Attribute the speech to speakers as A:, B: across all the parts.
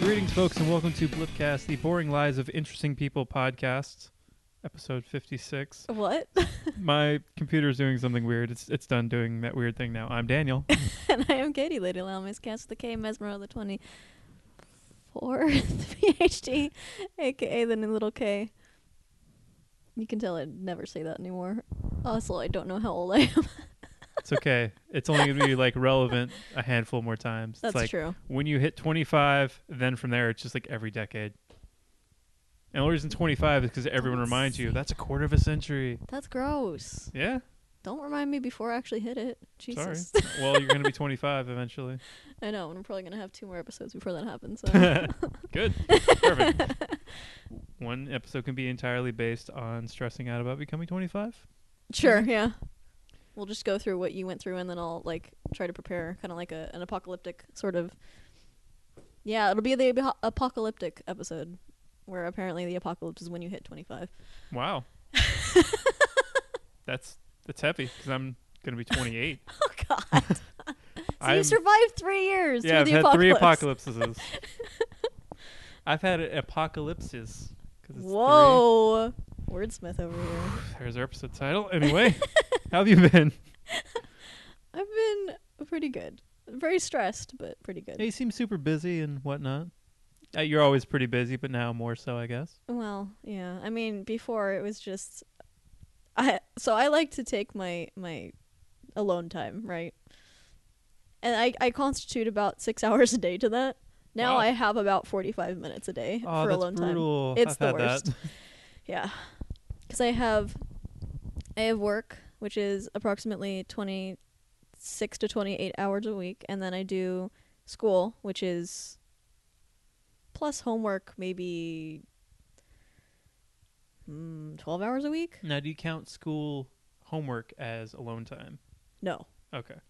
A: Greetings, folks, and welcome to Blipcast, the Boring Lives of Interesting People podcast, episode 56.
B: What?
A: My computer's doing something weird. It's it's done doing that weird thing now. I'm Daniel.
B: and I am Katie Lady Lau, Miss Cast with the K, Mesmer of the 24th PhD, aka the new little K. You can tell I never say that anymore. Also, I don't know how old I am.
A: It's okay. it's only going to be like relevant a handful more times.
B: That's
A: it's like
B: true.
A: when you hit 25, then from there it's just like every decade. And the only reason 25 is because everyone
B: Don't
A: reminds you
B: say
A: that's a quarter of a century.
B: That's gross.
A: Yeah.
B: Don't remind me before I actually hit it. Jesus.
A: Sorry. well, you're going to be 25 eventually.
B: I know, and I'm probably going to have two more episodes before that happens. So.
A: Good. Perfect. One episode can be entirely based on stressing out about becoming 25.
B: sure, yeah. We'll just go through what you went through and then I'll like try to prepare kind of like a, an apocalyptic sort of Yeah, it'll be the apo- apocalyptic episode where apparently the apocalypse is when you hit 25.
A: Wow. that's that's heavy because I'm going to be 28.
B: Oh god. so
A: I'm-
B: you survived 3 years
A: yeah, I've
B: through
A: had
B: the
A: three
B: apocalypse.
A: apocalypses. I've had a- apocalypses. 'cause it's
B: Whoa. Wordsmith over here.
A: three. There's our episode title. Anyway, how have you been?
B: I've been pretty good. Very stressed, but pretty good.
A: Yeah, you seem super busy and whatnot. Uh, you're always pretty busy, but now more so, I guess.
B: Well, yeah. I mean, before it was just I so I like to take my my alone time, right? And I I constitute about 6 hours a day to that. Now
A: Wow.
B: I have about 45 minutes a day
A: Oh,
B: for
A: that's
B: alone time.
A: brutal.
B: It's
A: I've
B: the
A: had
B: worst.
A: That.
B: Yeah. Cuz I have I have work, which is approximately 26 to 28 hours a week, and then I do school, which is plus homework maybe mm, 12 hours a week?
A: Now, do you count school homework as alone time?
B: No.
A: Okay.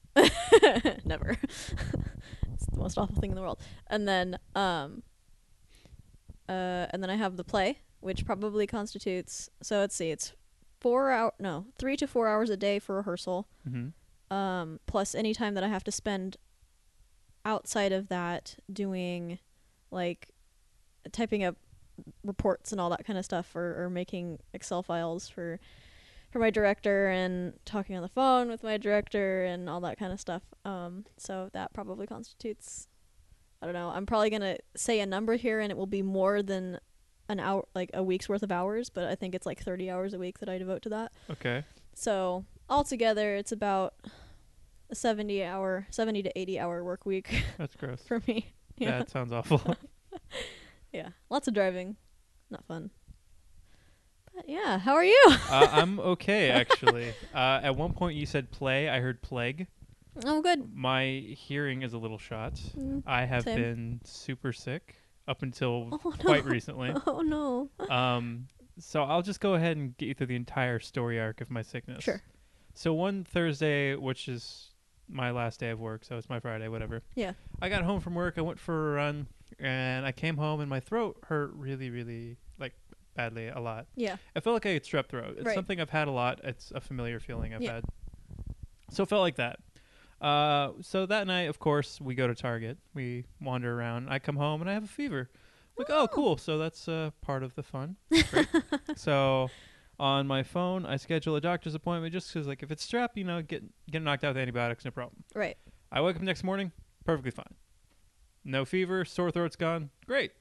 B: Never. it's the most awful thing in the world. And then um uh and then I have the play, which probably constitutes so let's see, it's 4 hour no, 3 to 4 hours a day for rehearsal.
A: Mm-hmm.
B: um, plus any time that I have to spend outside of that doing like typing up reports and all that kind of stuff or, or making Excel files for for my director and talking on the phone with my director and all that kind of stuff. Um, so that probably constitutes I don't know. I'm probably gonna say a number here and it will be more than an hour like a week's worth of hours, but I think it's like thirty hours a week that I devote to that.
A: Okay.
B: So altogether, it's about a seventy hour, seventy to eighty hour work week
A: That's gross.
B: for me. Yeah,
A: That sounds awful.
B: yeah, lots of driving, not fun. But yeah, how are you?
A: uh, I'm okay, actually. Uh, at one point, you said play. I heard plague.
B: I'm good.
A: My hearing is a little shot.
B: Mm,
A: I have
B: same.
A: been super sick up until
B: Oh,
A: quite
B: no.
A: recently.
B: Oh no.
A: Um, so I'll just go ahead and get you through the entire story arc of my sickness.
B: Sure.
A: So one Thursday, which is my last day of work, so it's my Friday, whatever.
B: Yeah.
A: I got home from work. I went for a run, and I came home, and my throat hurt really, really like badly a lot.
B: Yeah.
A: I felt like I had strep throat. It's
B: Right.
A: something I've had a lot. It's a familiar feeling I've
B: Yeah.
A: had. So it felt like that. Uh, so that night, of course, we go to Target. We wander around. I come home and I have a fever. I'm like, oh, cool. So that's uh, part of the fun. Great. so on my phone, I schedule a doctor's appointment just because, like, if it's strep, you know, get get knocked out with antibiotics, no problem.
B: Right.
A: I wake up next morning, perfectly fine. No fever, sore throat's gone. Great.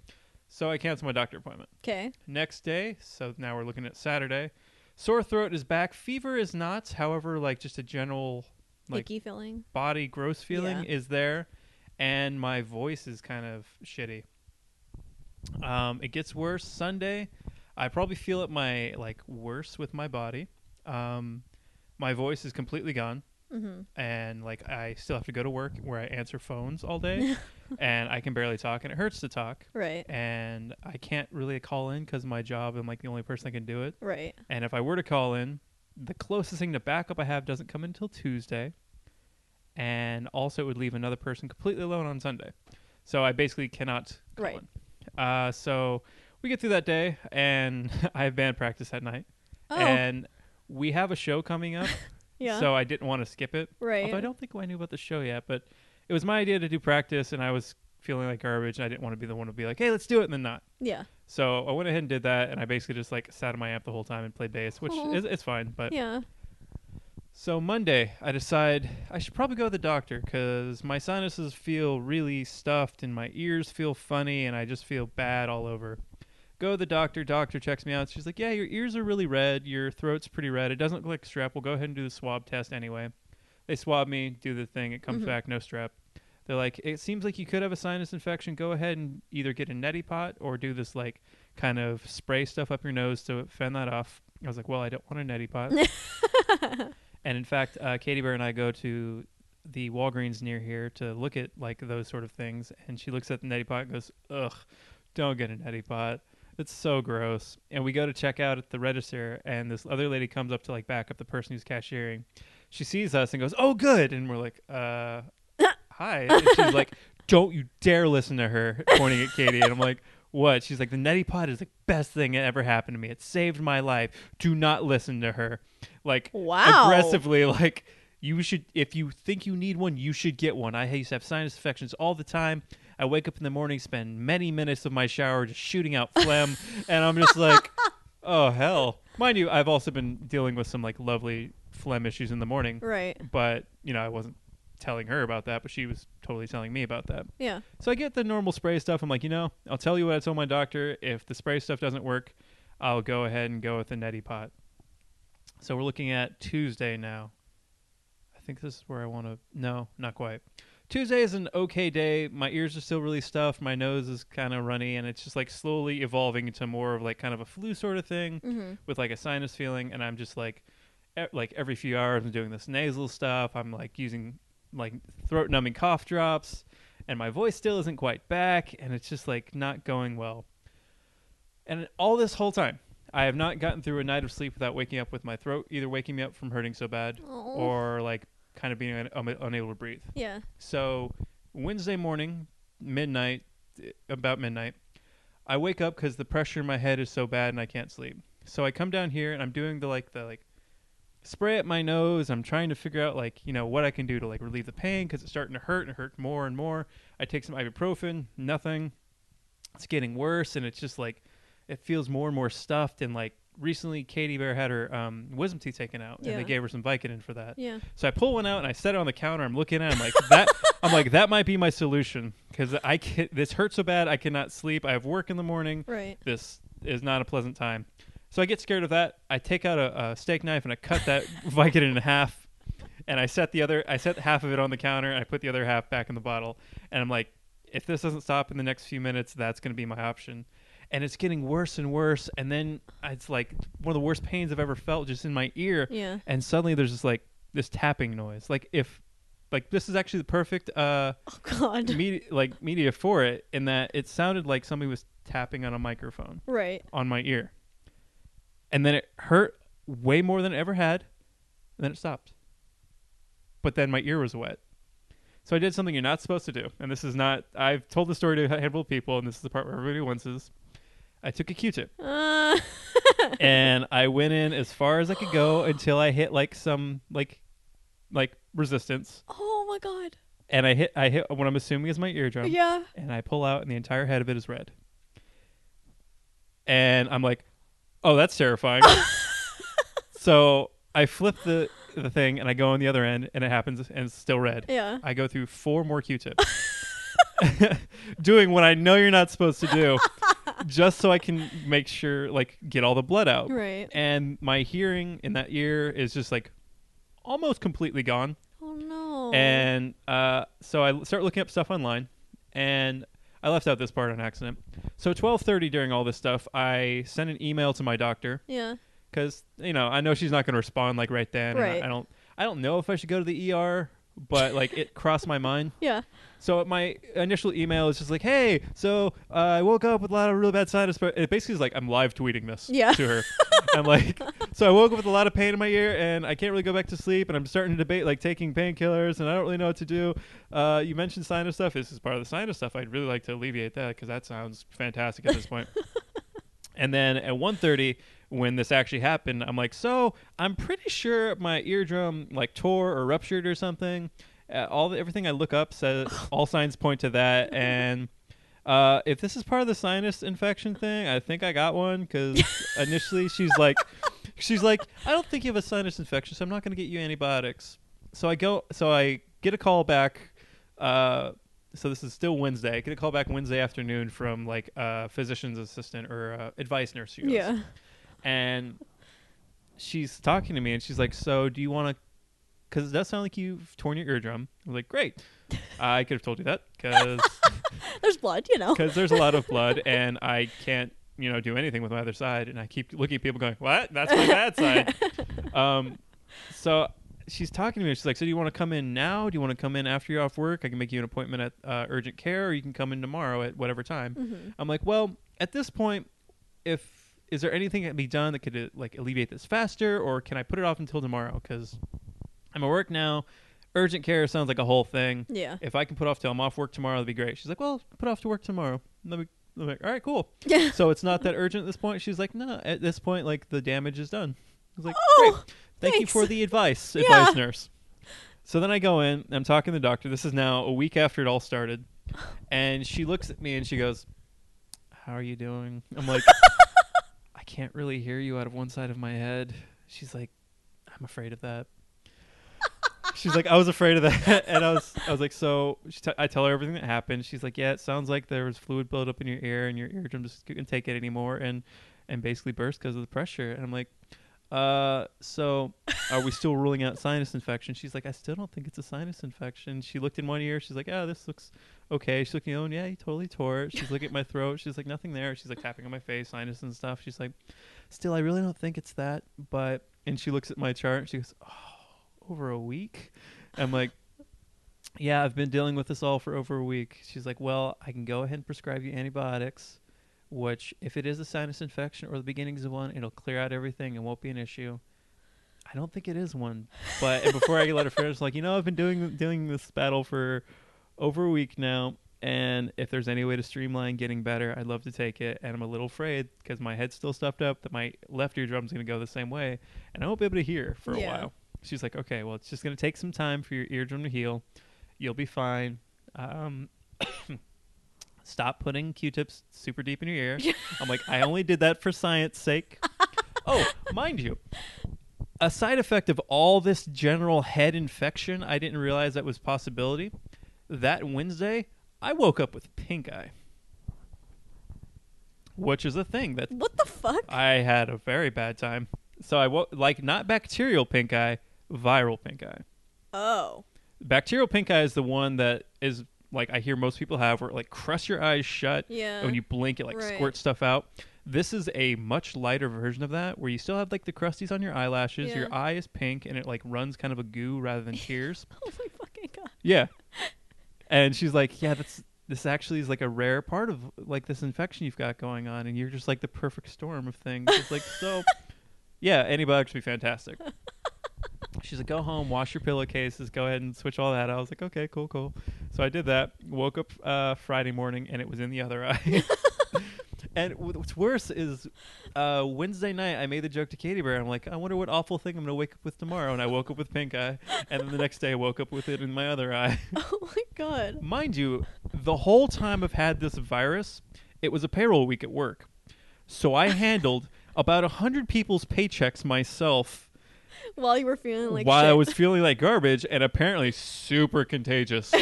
A: So I cancel my doctor appointment.
B: Okay.
A: Next day, so now we're looking at Saturday. Sore throat is back. Fever is not. However, like just a general Like-
B: Icky feeling.
A: body gross feeling
B: Yeah.
A: is there, and my voice is kind of shitty. Um, it gets worse Sunday. I probably feel it my like worse with my body. Um, my voice is completely gone,
B: Mm-hmm.
A: and like I still have to go to work where I answer phones all day, and I can barely talk, and it hurts to talk.
B: Right.
A: And I can't really call in because my job, I'm like the only person that can do it.
B: Right.
A: And if I were to call in, the closest thing to backup I have doesn't come until Tuesday. and also it would leave another person completely alone on Sunday. So I basically cannot go
B: Right.
A: on. Uh, so we get through that day, and I have band practice at night,
B: Oh,
A: and we have a show coming up.
B: yeah.
A: So I didn't want to skip it.
B: right.
A: Although I don't think I knew about the show yet, but it was my idea to do practice, and I was feeling like garbage, and I didn't want to be the one to be like, "Hey, let's do it," and then not.
B: yeah.
A: So I went ahead and did that, and I basically just like sat on my amp the whole time and played bass, which
B: Aw.
A: is it's fine. But
B: Yeah.
A: so Monday, I decide I should probably go to the doctor because my sinuses feel really stuffed, and my ears feel funny, and I just feel bad all over. Go to the doctor. Doctor checks me out. She's like, "Yeah, your ears are really red. Your throat's pretty red. It doesn't look like strep. We'll go ahead and do the swab test anyway." They swab me, do the thing. It comes
B: Mhm.
A: back no strep. They're like, "It seems like you could have a sinus infection. Go ahead and either get a neti pot or do this like kind of spray stuff up your nose to fend that off." I was like, "Well, I don't want a neti pot." And in fact, uh, Katie Bear and I go to the Walgreens near here to look at like those sort of things, and she looks at the neti pot and goes, "Ugh, don't get a neti pot. It's so gross." And we go to check out at the register, and this other lady comes up to like back up the person who's cashiering. She sees us and goes, "Oh, good," and we're like, "Uh, hi." And she's like, "Don't you dare listen to her," pointing at Katie, and I'm like. What? She's like, the neti pot is the best thing that ever happened to me. It saved my life. Do not listen to her. Like,
B: Wow.
A: aggressively like you should if you think you need one you should get one i used to have sinus infections all the time i wake up in the morning spend many minutes of my shower just shooting out phlegm and i'm just like oh hell mind you i've also been dealing with some like lovely phlegm issues in the morning
B: Right.
A: but you know i wasn't telling her about that but she was totally telling me about that
B: Yeah.
A: so I get the normal spray stuff. I'm like, you know, I'll tell you what I told my doctor. If the spray stuff doesn't work, I'll go ahead and go with the neti pot. So we're looking at Tuesday now. I think this is where I want to. No, not quite. Tuesday is an okay day. My ears are still really stuffed. My nose is kind of runny, and it's just like slowly evolving into more of like kind of a flu sort of thing
B: Mm-hmm.
A: with like a sinus feeling and i'm just like e- like every few hours i'm doing this nasal stuff i'm like using like throat numbing cough drops and my voice still isn't quite back and it's just like not going well and all this whole time i have not gotten through a night of sleep without waking up with my throat either waking me up from hurting so bad or like kind of being un- un- unable to breathe
B: Oh. yeah.
A: so Wednesday morning, midnight, eh, about midnight, I wake up because the pressure in my head is so bad and I can't sleep. So I come down here and I'm doing the like the like spray at my nose. I'm trying to figure out like you know what I can do to like relieve the pain because it's starting to hurt and hurt more and more. I take some ibuprofen, nothing. It's getting worse and it's just like it feels more and more stuffed and like recently Katie Bear had her um, wisdom teeth taken out and
B: Yeah.
A: they gave her some Vicodin for that.
B: Yeah.
A: So I pull one out and I set it on the counter. I'm looking at. It, I'm like that. I'm like that might be my solution because I can, this hurts so bad I cannot sleep. I have work in the morning.
B: Right.
A: This is not a pleasant time. So I get scared of that. I take out a, a steak knife and I cut that Vicodin in half, and I set the other. I set half of it on the counter and I put the other half back in the bottle. And I'm like, if this doesn't stop in the next few minutes, that's going to be my option. And it's getting worse and worse. And then it's like one of the worst pains I've ever felt, just in my ear
B: Yeah.
A: and suddenly there's just like this tapping noise like if like this is actually the perfect uh
B: Oh God.
A: media like media for it in that it sounded like somebody was tapping on a microphone
B: right.
A: on my ear and then it hurt way more than it ever had and then it stopped but then my ear was wet so i did something you're not supposed to do and this is not i've told the story to a handful of people and this is the part where everybody winces i took a q-tip
B: Uh,
A: and I went in as far as I could go until I hit like some like like resistance.
B: oh my God.
A: And I hit I hit what I'm assuming is my eardrum.
B: Yeah.
A: And I pull out and the entire head of it is red. And I'm like, Oh, that's terrifying. so I flip the the thing and I go on the other end and it happens and it's still red.
B: Yeah.
A: I go through four more Q-tips, doing what I know you're not supposed to do, just so I can make sure, like, get all the blood out.
B: Right.
A: And my hearing in that ear is just like almost completely gone.
B: Oh no.
A: And uh, so I l- start looking up stuff online, and I left out this part on accident. So 12:30 during all this stuff, I sent an email to my doctor
B: yeah.
A: because you know I know she's not going to respond like right then. and I-
B: Right.
A: I, don't. I don't know if I should go to the ER but like it crossed my mind.
B: Yeah.
A: So my initial email is just like, "Hey, so uh, I woke up with a lot of really bad sinus." But it basically is like I'm live tweeting this
B: Yeah.
A: to her. I'm like, so I woke up with a lot of pain in my ear, and I can't really go back to sleep, and I'm starting to debate like taking painkillers, and I don't really know what to do. Uh, you mentioned sinus stuff. This is part of the sinus stuff. I'd really like to alleviate that because that sounds fantastic at this point. and then at 1.30, when this actually happened, I'm like, so I'm pretty sure my eardrum like tore or ruptured or something. Uh, all the, everything I look up says all signs point to that, and uh, if this is part of the sinus infection thing, I think I got one because initially she's like, she's like, I don't think you have a sinus infection, so I'm not going to get you antibiotics. So I go, so I get a call back. Uh, so this is still Wednesday. I get a call back Wednesday afternoon from like a physician's assistant or uh advice nurse. she goes
B: Yeah.
A: and she's talking to me and she's like so do you want to because it does sound like you've torn your eardrum i'm like great i could have told you that because
B: There's blood, you know.
A: there's a lot of blood and i can't you know do anything with my other side and i keep looking at people going what that's my bad side um, so she's talking to me she's like so do you want to come in now do you want to come in after you're off work i can make you an appointment at uh, urgent care or you can come in tomorrow at whatever time
B: hmm
A: I'm like, well, at this point, if is there anything that can be done that could uh, like alleviate this faster, or can I put it off until tomorrow? Because I'm at work now. Urgent care sounds like a whole thing.
B: Yeah.
A: If I can put off till I'm off work tomorrow, that'd be great. She's like, well, put off to work tomorrow. Let me. I'm like, all right, cool.
B: Yeah.
A: So it's not that urgent at this point. She's like, no, at this point, like the damage is done. I was like,
B: Oh,
A: great. Thank you
B: thanks.
A: for the advice,
B: Yeah.
A: advice nurse. So then I go in. I'm talking to the doctor. This is now a week after it all started, and she looks at me and she goes, "How are you doing?" I'm like, "I can't really hear you out of one side of my head." She's like, "I'm afraid of that." She's like, "I was afraid of that," and I was, I was like, "So." She t- I tell her everything that happened. She's like, "Yeah, it sounds like there was fluid buildup in your ear, and your eardrum just couldn't take it anymore, and and basically burst because of the pressure." And I'm like, "Uh, so." are we still ruling out sinus infection? She's like, I still don't think it's a sinus infection. She looked in one ear. She's like, oh, this looks okay. She's looking at the other one. Yeah, you totally tore it. She's looking at my throat. She's like, nothing there. She's like tapping on my face, sinus and stuff. She's like, still, I really don't think it's that. But, and she looks at my chart. and She goes, oh, over a week? I'm like, yeah, I've been dealing with this all for over a week. She's like, well, I can go ahead and prescribe you antibiotics, which if it is a sinus infection or the beginnings of one, it'll clear out everything and won't be an issue. I don't think it is one, but and before I let her finish, like you know, I've been doing doing this battle for over a week now, and if there's any way to streamline getting better, I'd love to take it. And I'm a little afraid because my head's still stuffed up that my left eardrum's gonna go the same way, and I won't be able to hear for a
B: Yeah.
A: while. She's like, okay, well, it's just gonna take some time for your eardrum to heal. You'll be fine. Um, stop putting Q-tips super deep in your ear. I'm like, I only did that for science sake. oh, mind you, a side effect of all this general head infection, I didn't realize that was a possibility. That Wednesday, I woke up with pink eye, which is a thing that
B: What the fuck?
A: I had a very bad time. So I woke like not bacterial pink eye, viral pink eye.
B: oh.
A: Bacterial pink eye is the one that is like I hear most people have, where it, like crush your eyes shut,
B: Yeah.
A: and when you blink, it like
B: Right.
A: squirts stuff out. This is a much lighter version of that, where you still have like the crusties on your eyelashes.
B: Yeah.
A: Your eye is pink, and it like runs kind of a goo rather than tears.
B: oh my fucking god.
A: yeah, and she's like, "Yeah, that's this actually is like a rare part of like this infection you've got going on, and you're just like the perfect storm of things." It's like so, yeah, antibiotics would be fantastic. She's like, go home, wash your pillowcases, go ahead and switch all that. out." I was like, okay, cool, cool. So I did that. Woke up uh, Friday morning and it was in the other eye. and w- what's worse is uh, Wednesday night, I made the joke to Katie Bear. I'm like, I wonder what awful thing I'm going to wake up with tomorrow. And I woke up with pink eye. And then the next day, I woke up with it in my other eye.
B: Oh my god.
A: Mind you, the whole time I've had this virus, it was a payroll week at work. So I handled about 100 people's paychecks myself
B: While you were feeling like
A: while I
B: shit.
A: was feeling like garbage and apparently super contagious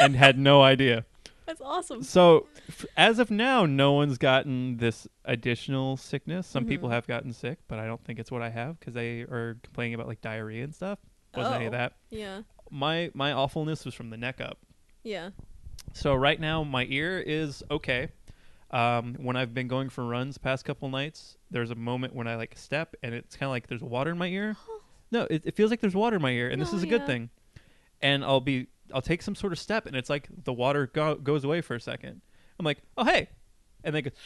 A: and had no idea.
B: That's awesome.
A: So, f- as of now, no one's gotten this additional sickness. Some people
B: Mm-hmm.
A: have gotten sick, but I don't think it's what I have because they are complaining about like diarrhea and stuff. Wasn't any of
B: Oh.
A: that.
B: Yeah.
A: My my awfulness was from the neck up.
B: Yeah.
A: So right now my ear is okay. Um, when I've been going for runs past couple nights, there's a moment when I like step and it's kind of like there's water in my ear. No, it, it feels like there's water in my ear, and this
B: Oh,
A: is a good
B: yeah.
A: thing. and I'll be I'll take some sort of step and it's like the water go- goes away for a second. I'm like, "Oh, hey." And then it goes,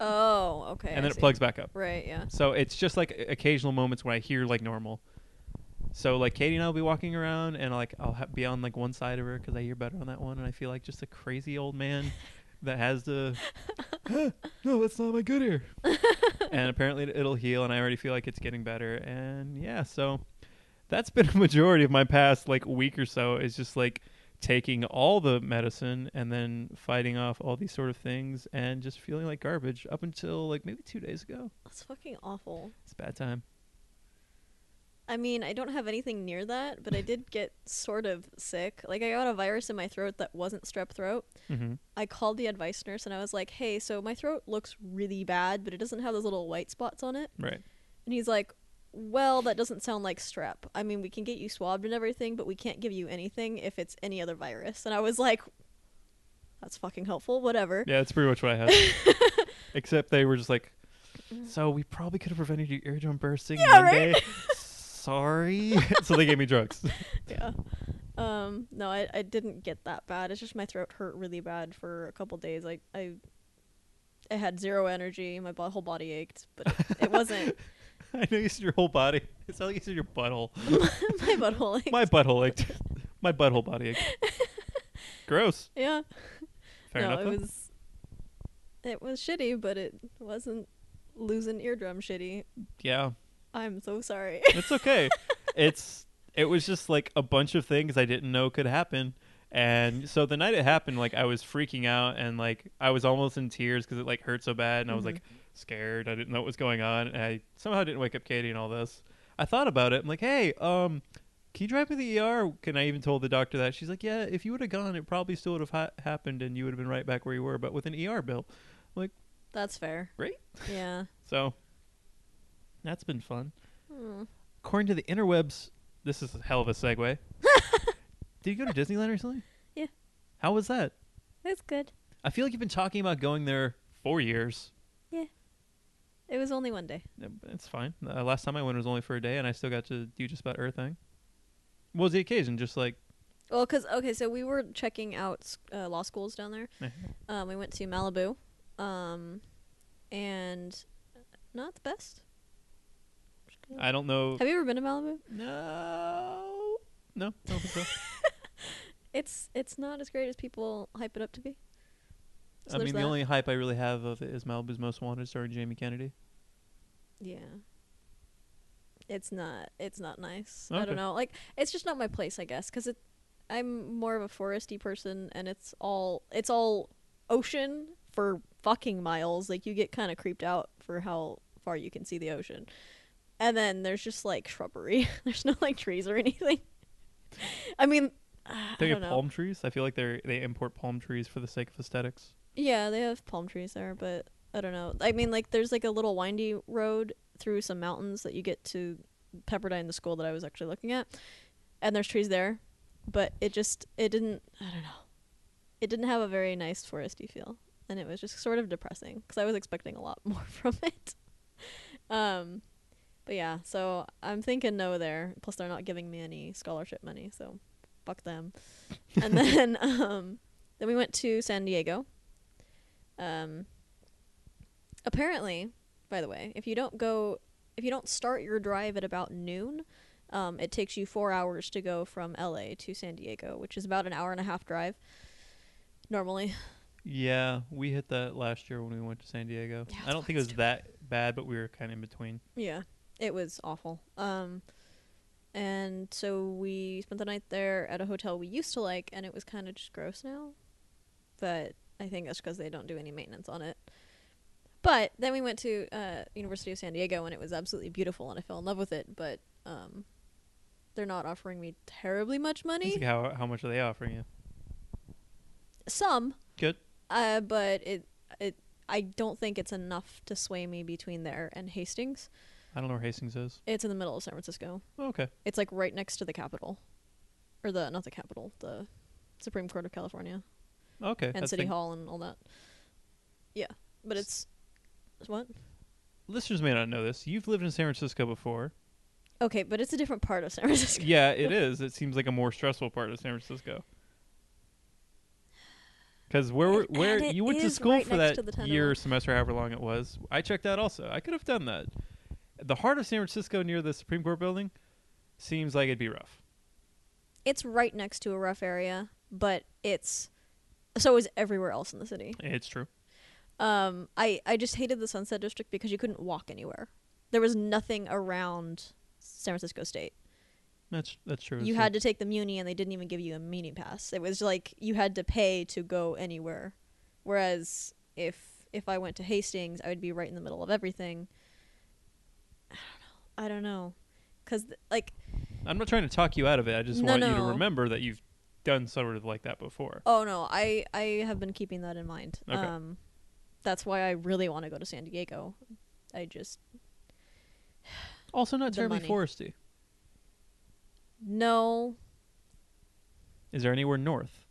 B: Oh, okay.
A: and
B: I
A: then it
B: see.
A: plugs back up.
B: Right, yeah.
A: So it's just like occasional moments when I hear like normal. So like Katie and I'll be walking around and like I'll ha- be on like one side of her because I hear better on that one and I feel like just a crazy old man that has the "Huh, no that's not my good ear and apparently it- it'll heal and I already feel like it's getting better and yeah so that's been a majority of my past like week or so is just like taking all the medicine and then fighting off all these sort of things and just feeling like garbage up until like maybe two days ago.
B: That's fucking awful.
A: It's a bad time.
B: I mean, I don't have anything near that, but I did get sort of sick. Like, I got a virus in my throat that wasn't strep throat.
A: hmm
B: I called the advice nurse and I was like, hey, so my throat looks really bad, but it doesn't have those little white spots on it.
A: Right.
B: And he's like, well, that doesn't sound like strep. I mean, we can get you swabbed and everything, but we can't give you anything if it's any other virus. And I was like, that's fucking helpful, whatever.
A: Yeah, that's pretty much what I had. Except they were just like, so we probably could have prevented your eardrum bursting
B: Yeah,
A: Monday. Sorry. so they gave me drugs.
B: Yeah. Um, no, I, I didn't get that bad. It's just my throat hurt really bad for a couple days. I I I had zero energy. My bo- whole body ached, but it, it wasn't
A: I know you said your whole body. It's not like you said your butthole.
B: my butthole. Ached.
A: My butthole ached. My butthole body ached. Gross.
B: yeah.
A: Fair
B: no,
A: enough. though.
B: it was it was shitty, but it wasn't losing eardrum shitty.
A: yeah.
B: I'm so sorry.
A: It's okay. it's it was just like a bunch of things I didn't know could happen. And so the night it happened, like I was freaking out and like I was almost in tears because it like hurt so bad, and I was
B: Mhm.
A: like scared. I didn't know what was going on, and I somehow didn't wake up Katie and all this. I thought about it. I'm like, hey, um, can you drive me to the ER? Can I even told the doctor that? She's like, yeah. If you would have gone, it probably still would have ha- happened, and you would have been right back where you were, but with an ER bill.
B: That's fair.
A: Right?
B: Yeah.
A: So that's been fun.
B: Mm.
A: according to the interwebs, this is a hell of a segue. Did you go to Disneyland recently?
B: Yeah.
A: How was that?
B: It's good.
A: I feel like you've been talking about going there for years.
B: It was only one day.
A: Yeah, but It's fine. Uh, last time I went was only for a day, and I still got to do just about everything. What was the occasion? Just like
B: Well, because okay, so we were checking out s- uh, law schools down there.
A: Mhm.
B: um, we went to Malibu, um, and not the best.
A: I don't know.
B: Have you ever been to Malibu?
A: No. No. I don't think so.
B: It's it's not as great as people hype it up to be. So
A: I mean,
B: there's
A: the
B: that.
A: only hype I really have of it is Malibu's Most Wanted starring Jamie Kennedy.
B: Yeah. It's not. It's not nice. I
A: Okay.
B: don't know. Like it's just not my place, I guess, because it. I'm more of a foresty person, and it's all it's all ocean for fucking miles. Like you get kind of creeped out for how far you can see the ocean, and then there's just like shrubbery. there's no like trees or anything. I mean, I
A: They
B: don't
A: have
B: know.
A: palm trees. I feel like they they import palm trees for the sake of aesthetics.
B: Yeah, they have palm trees there, but I don't know. I mean, like, there's like a little windy road through some mountains that you get to Pepperdine, the school that I was actually looking at, and there's trees there, but it just it didn't. I don't know. It didn't have a very nice foresty feel, and it was just sort of depressing because I was expecting a lot more from it. Um, but yeah, so I'm thinking no there. Plus, they're not giving me any scholarship money, so fuck them. and then um, then we went to San Diego. Um, apparently, by the way, if you don't go, if you don't start your drive at about noon, um, it takes you four hours to go from LA to San Diego, which is about an hour and a half drive normally.
A: Yeah, we hit that last year when we went to San Diego.
B: Yeah, it's
A: I don't think
B: fucking
A: it was
B: stupid.
A: that bad, but we were kind of in between.
B: Yeah, it was awful. Um, and so we spent the night there at a hotel we used to like, and it was kind of just gross now. But I think that's because they don't do any maintenance on it. But then we went to uh, University of San Diego, and it was absolutely beautiful, and I fell in love with it. But um, they're not offering me terribly much
A: It's
B: money.
A: like, how how much are they offering you?
B: Some,
A: Good.
B: Uh, but it it I don't think it's enough to sway me between there and Hastings.
A: I don't know where Hastings is.
B: It's in the middle of San Francisco.
A: Oh, okay.
B: It's like right next to the Capitol, or the not the Capitol, the Supreme Court of California
A: Okay.
B: and
A: that's
B: City
A: thing-
B: Hall and all that. Yeah, but it's what?
A: Listeners may not know this. You've lived in San Francisco before.
B: Okay, but it's a different part of San Francisco.
A: yeah, it is. It seems like a more stressful part of San Francisco. Because where were-
B: And
A: where
B: it
A: you went to
B: is
A: school
B: right
A: for that
B: next to the tunnel.
A: year, or semester, however long it was, I checked out also. I could have done that. The heart of San Francisco near the Supreme Court building seems like it'd be rough.
B: It's right next to a rough area, but it's so is everywhere else in the city.
A: It's true.
B: Um, I I just hated the Sunset District because you couldn't walk anywhere. There was nothing around San Francisco State.
A: That's that's true.
B: You had to take the Muni, and they didn't even give you a Muni pass. It was like you had to pay to go anywhere. Whereas if if I went to Hastings, I would be right in the middle of everything. I don't know. I don't know, cause th- like
A: I'm not trying to talk you out of it. I just
B: No,
A: want you to
B: no.
A: remember that you've done sort of like that before.
B: Oh no, I I have been keeping that in mind.
A: Okay.
B: Um that's why I really want to go to San Diego. I just
A: Also, not
B: The
A: terribly
B: money.
A: foresty.
B: no.
A: Is there anywhere north,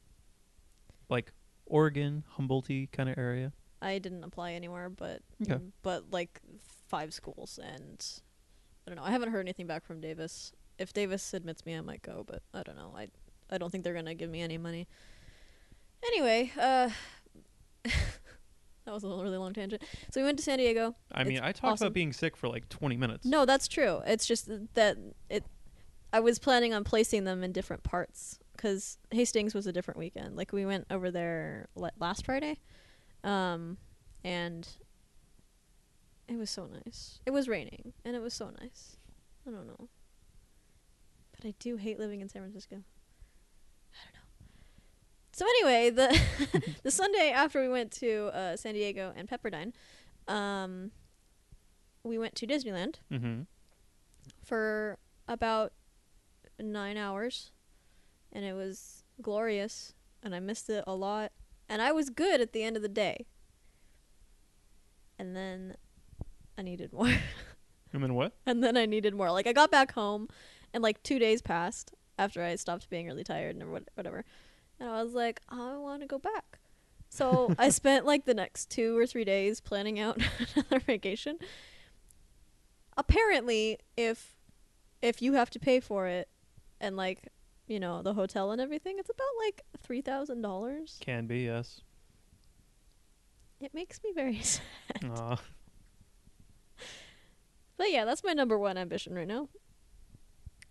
A: like Oregon, Humboldty kind of area?
B: I didn't apply anywhere, but
A: Okay.
B: but like five schools and I don't know. I haven't heard anything back from Davis. If Davis admits me, I might go, but I don't know. I I don't think they're going to give me any money. Anyway, uh that was a really long tangent. So we went to San Diego.
A: I mean,
B: It's
A: I talked
B: awesome.
A: about being sick for like 20 minutes.
B: No, that's true. It's just that it. I was planning on placing them in different parts because Hastings was a different weekend. Like we went over there la- last Friday, um, and it was so nice. It was raining, and it was so nice. I don't know, but I do hate living in San Francisco. I don't know. So anyway, the the Sunday after we went to uh, San Diego and Pepperdine, um, we went to Disneyland
A: Mm-hmm.
B: for about nine hours, and it was glorious, and I missed it a lot, and I was good at the end of the day. And then I needed more,
A: And then what?
B: and then I needed more. Like I got back home, and like two days passed after I stopped being really tired and what- whatever, and I was like, I want to go back. So I spent like the next two or three days planning out another vacation. Apparently, if if you have to pay for it and like you know the hotel and everything it's about like three thousand dollars
A: Can be, yes.
B: it makes me very sad
A: Aw.
B: but yeah that's my number one ambition right now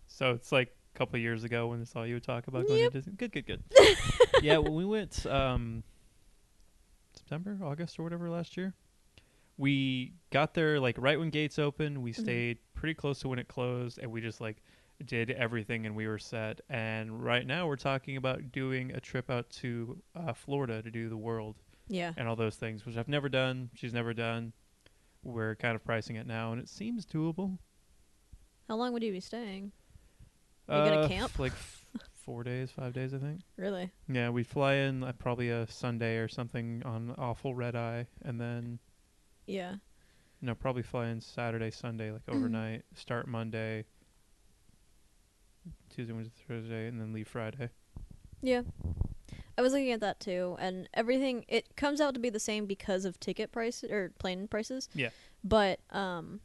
A: So it's like a couple of years ago when I saw you would talk about going to Disney. Good, good, good. yeah, when we went um, September, August, or whatever last year, we got there like right when gates open. We
B: Mhm.
A: stayed pretty close to when it closed, and we just like did everything, and we were set. And right now, we're talking about doing a trip out to uh, Florida to do the world.
B: yeah
A: and all those things, which I've never done. She's never done. We're kind of pricing it now, and it seems doable.
B: how long would you be staying You gonna
A: Uh,
B: camp?
A: f- Like f- four days, five days, I think.
B: really
A: Yeah, we fly in uh, probably a Sunday or something on awful red eye, and then
B: yeah
A: no, probably fly in Saturday, Sunday, like
B: Mm-hmm.
A: overnight. Start Monday, Tuesday, Wednesday, Thursday, and then leave Friday.
B: yeah i was looking at that too and everything it comes out to be the same because of ticket prices or plane prices
A: Yeah.
B: but um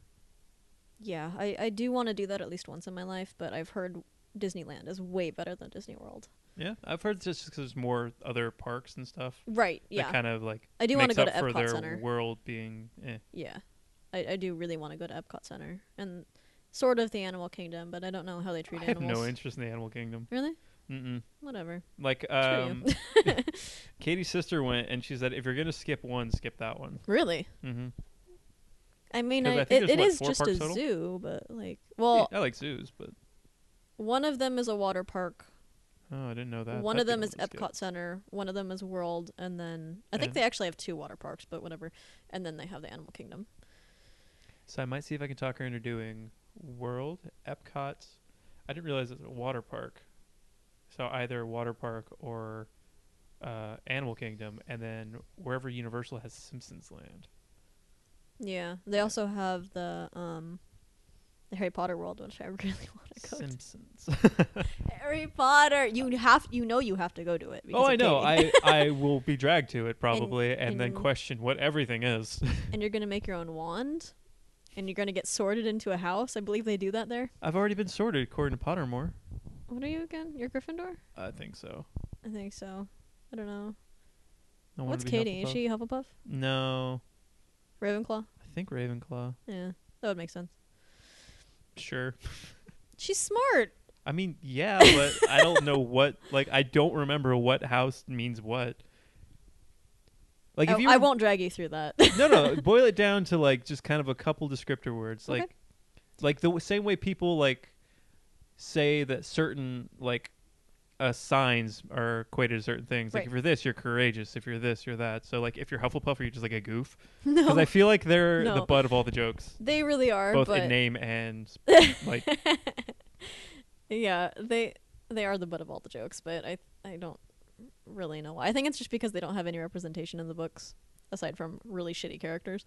B: yeah i i do want to do that at least once in my life but i've heard disneyland is way better than disney world
A: Yeah, I've heard just because there's more other parks and stuff.
B: right
A: that
B: yeah
A: kind of like
B: I do want to
A: makes
B: go
A: up for
B: to Epcot
A: their
B: Center.
A: world being. Eh.
B: Yeah. I, I do really want to go to Epcot Center and sort of the Animal Kingdom, but I don't know how they treat
A: I have
B: animals.
A: no interest in the animal kingdom.
B: really?
A: Mm-mm.
B: Whatever.
A: Like
B: Screw you.
A: um, Katie's sister went, and she said, "If you're gonna skip one, skip that one."
B: Really?
A: Mm-hmm.
B: I mean,
A: 'Cause
B: I,
A: I think
B: it,
A: there's,
B: it
A: what,
B: is
A: four
B: just
A: parks
B: a
A: total?
B: zoo, but like, well,
A: I like zoos, but
B: one of them is a water park.
A: oh, I didn't know that.
B: one of
A: That'd
B: them
A: be
B: is
A: the one to skip.
B: Epcot Center. One of them is World, and then I think
A: Yeah.
B: they actually have two water parks, but whatever. And then they have the Animal Kingdom.
A: So I might see if I can talk her into doing World Epcot. I didn't realize it's a water park. So either water park or uh, Animal Kingdom, and then wherever Universal has Simpsons Land.
B: Yeah, they also have the um, the Harry Potter world, which I really want to go to.
A: Simpsons.
B: Harry Potter. You have you know you have to go to it. because
A: oh, I
B: of
A: know.
B: Katie.
A: I I will be dragged to it probably, and, then
B: and-
A: question what everything is.
B: and you're gonna make your own wand, and you're going to get sorted into a house. I believe they do that there.
A: I've already been sorted according to Pottermore.
B: What are you again? You're Gryffindor?
A: I think so.
B: I think so. I don't know.
A: I wanna
B: What's
A: be
B: Katie? Is
A: Hufflepuff.
B: she Hufflepuff?
A: No,
B: Ravenclaw?
A: I think Ravenclaw.
B: Yeah, that would make sense.
A: Sure.
B: She's smart.
A: I mean, yeah, but I don't know what. Like, I don't remember what house means what. Like,
B: I,
A: if you
B: Oh, I
A: were-
B: won't drag you through that.
A: no, no. Boil it down to like just kind of a couple descriptor words,
B: Okay.
A: like, like the w- same way people like say that certain like uh, signs are equated to certain things. Like
B: Right.
A: if you're this, you're courageous. If you're this, you're that. So like if you're Hufflepuff, you're just like a goof. Because
B: no,
A: I feel like they're the
B: No.
A: butt of all the jokes,
B: they really are.
A: both
B: but
A: in name and like.
B: yeah, they they are the butt of all the jokes, but I I don't really know why. I think it's just because they don't have any representation in the books aside from really shitty characters.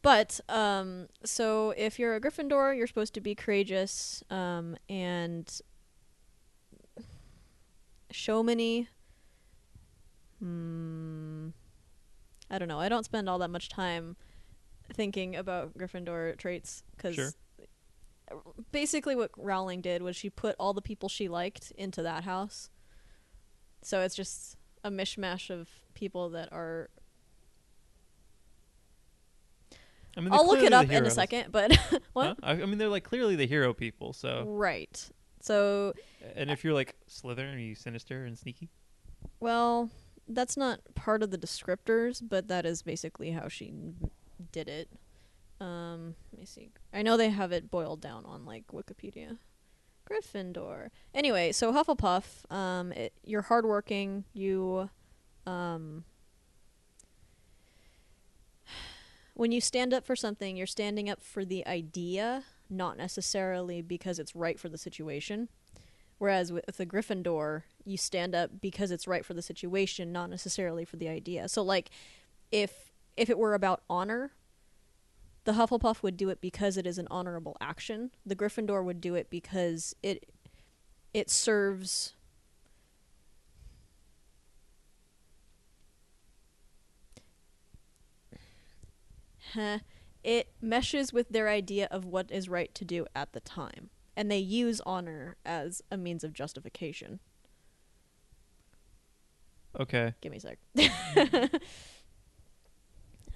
B: But um, so if you're a Gryffindor, you're supposed to be courageous um, and showmany. Hmm. I don't know. I don't spend all that much time thinking about Gryffindor traits because
A: Sure.
B: basically what Rowling did was she put all the people she liked into that house. So it's just a mishmash of people that are.
A: I mean, they're
B: I'll look it
A: clearly the
B: up in a
A: heroes.
B: second, but
A: Huh?
B: what?
A: I, I mean, they're like clearly the hero people. So,
B: Right. So
A: and if you're like Slytherin, are you sinister and sneaky?
B: Well, that's not part of the descriptors, but that is basically how she did it. Um, let me see. I know they have it boiled down on like Wikipedia. Gryffindor. Anyway, so Hufflepuff, um, it, you're hardworking. You, um, when you stand up for something, you're standing up for the idea, not necessarily because it's right for the situation. Whereas with the Gryffindor, you stand up because it's right for the situation, not necessarily for the idea. So like if if it were about honor, the Hufflepuff would do it because it is an honorable action. The Gryffindor would do it because it it serves Huh. It meshes with their idea of what is right to do at the time. And they use honor as a means of justification.
A: Okay.
B: Give me a sec.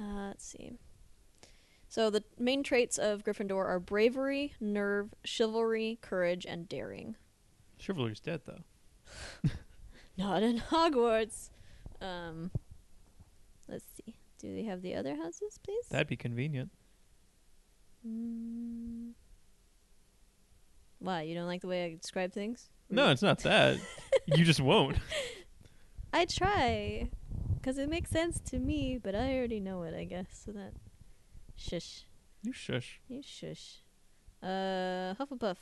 B: uh, let's see. So the main traits of Gryffindor are bravery, nerve, chivalry, courage, and daring.
A: Chivalry's dead though.
B: Not in Hogwarts. Um, let's see. Do they have the other houses, please?
A: That'd be convenient.
B: Mm. Why you don't like the way I describe things?
A: No, it's not that. you just won't.
B: I try, cause it makes sense to me, but I already know it, I guess. So that, shush.
A: You shush.
B: You shush. Uh, Hufflepuff.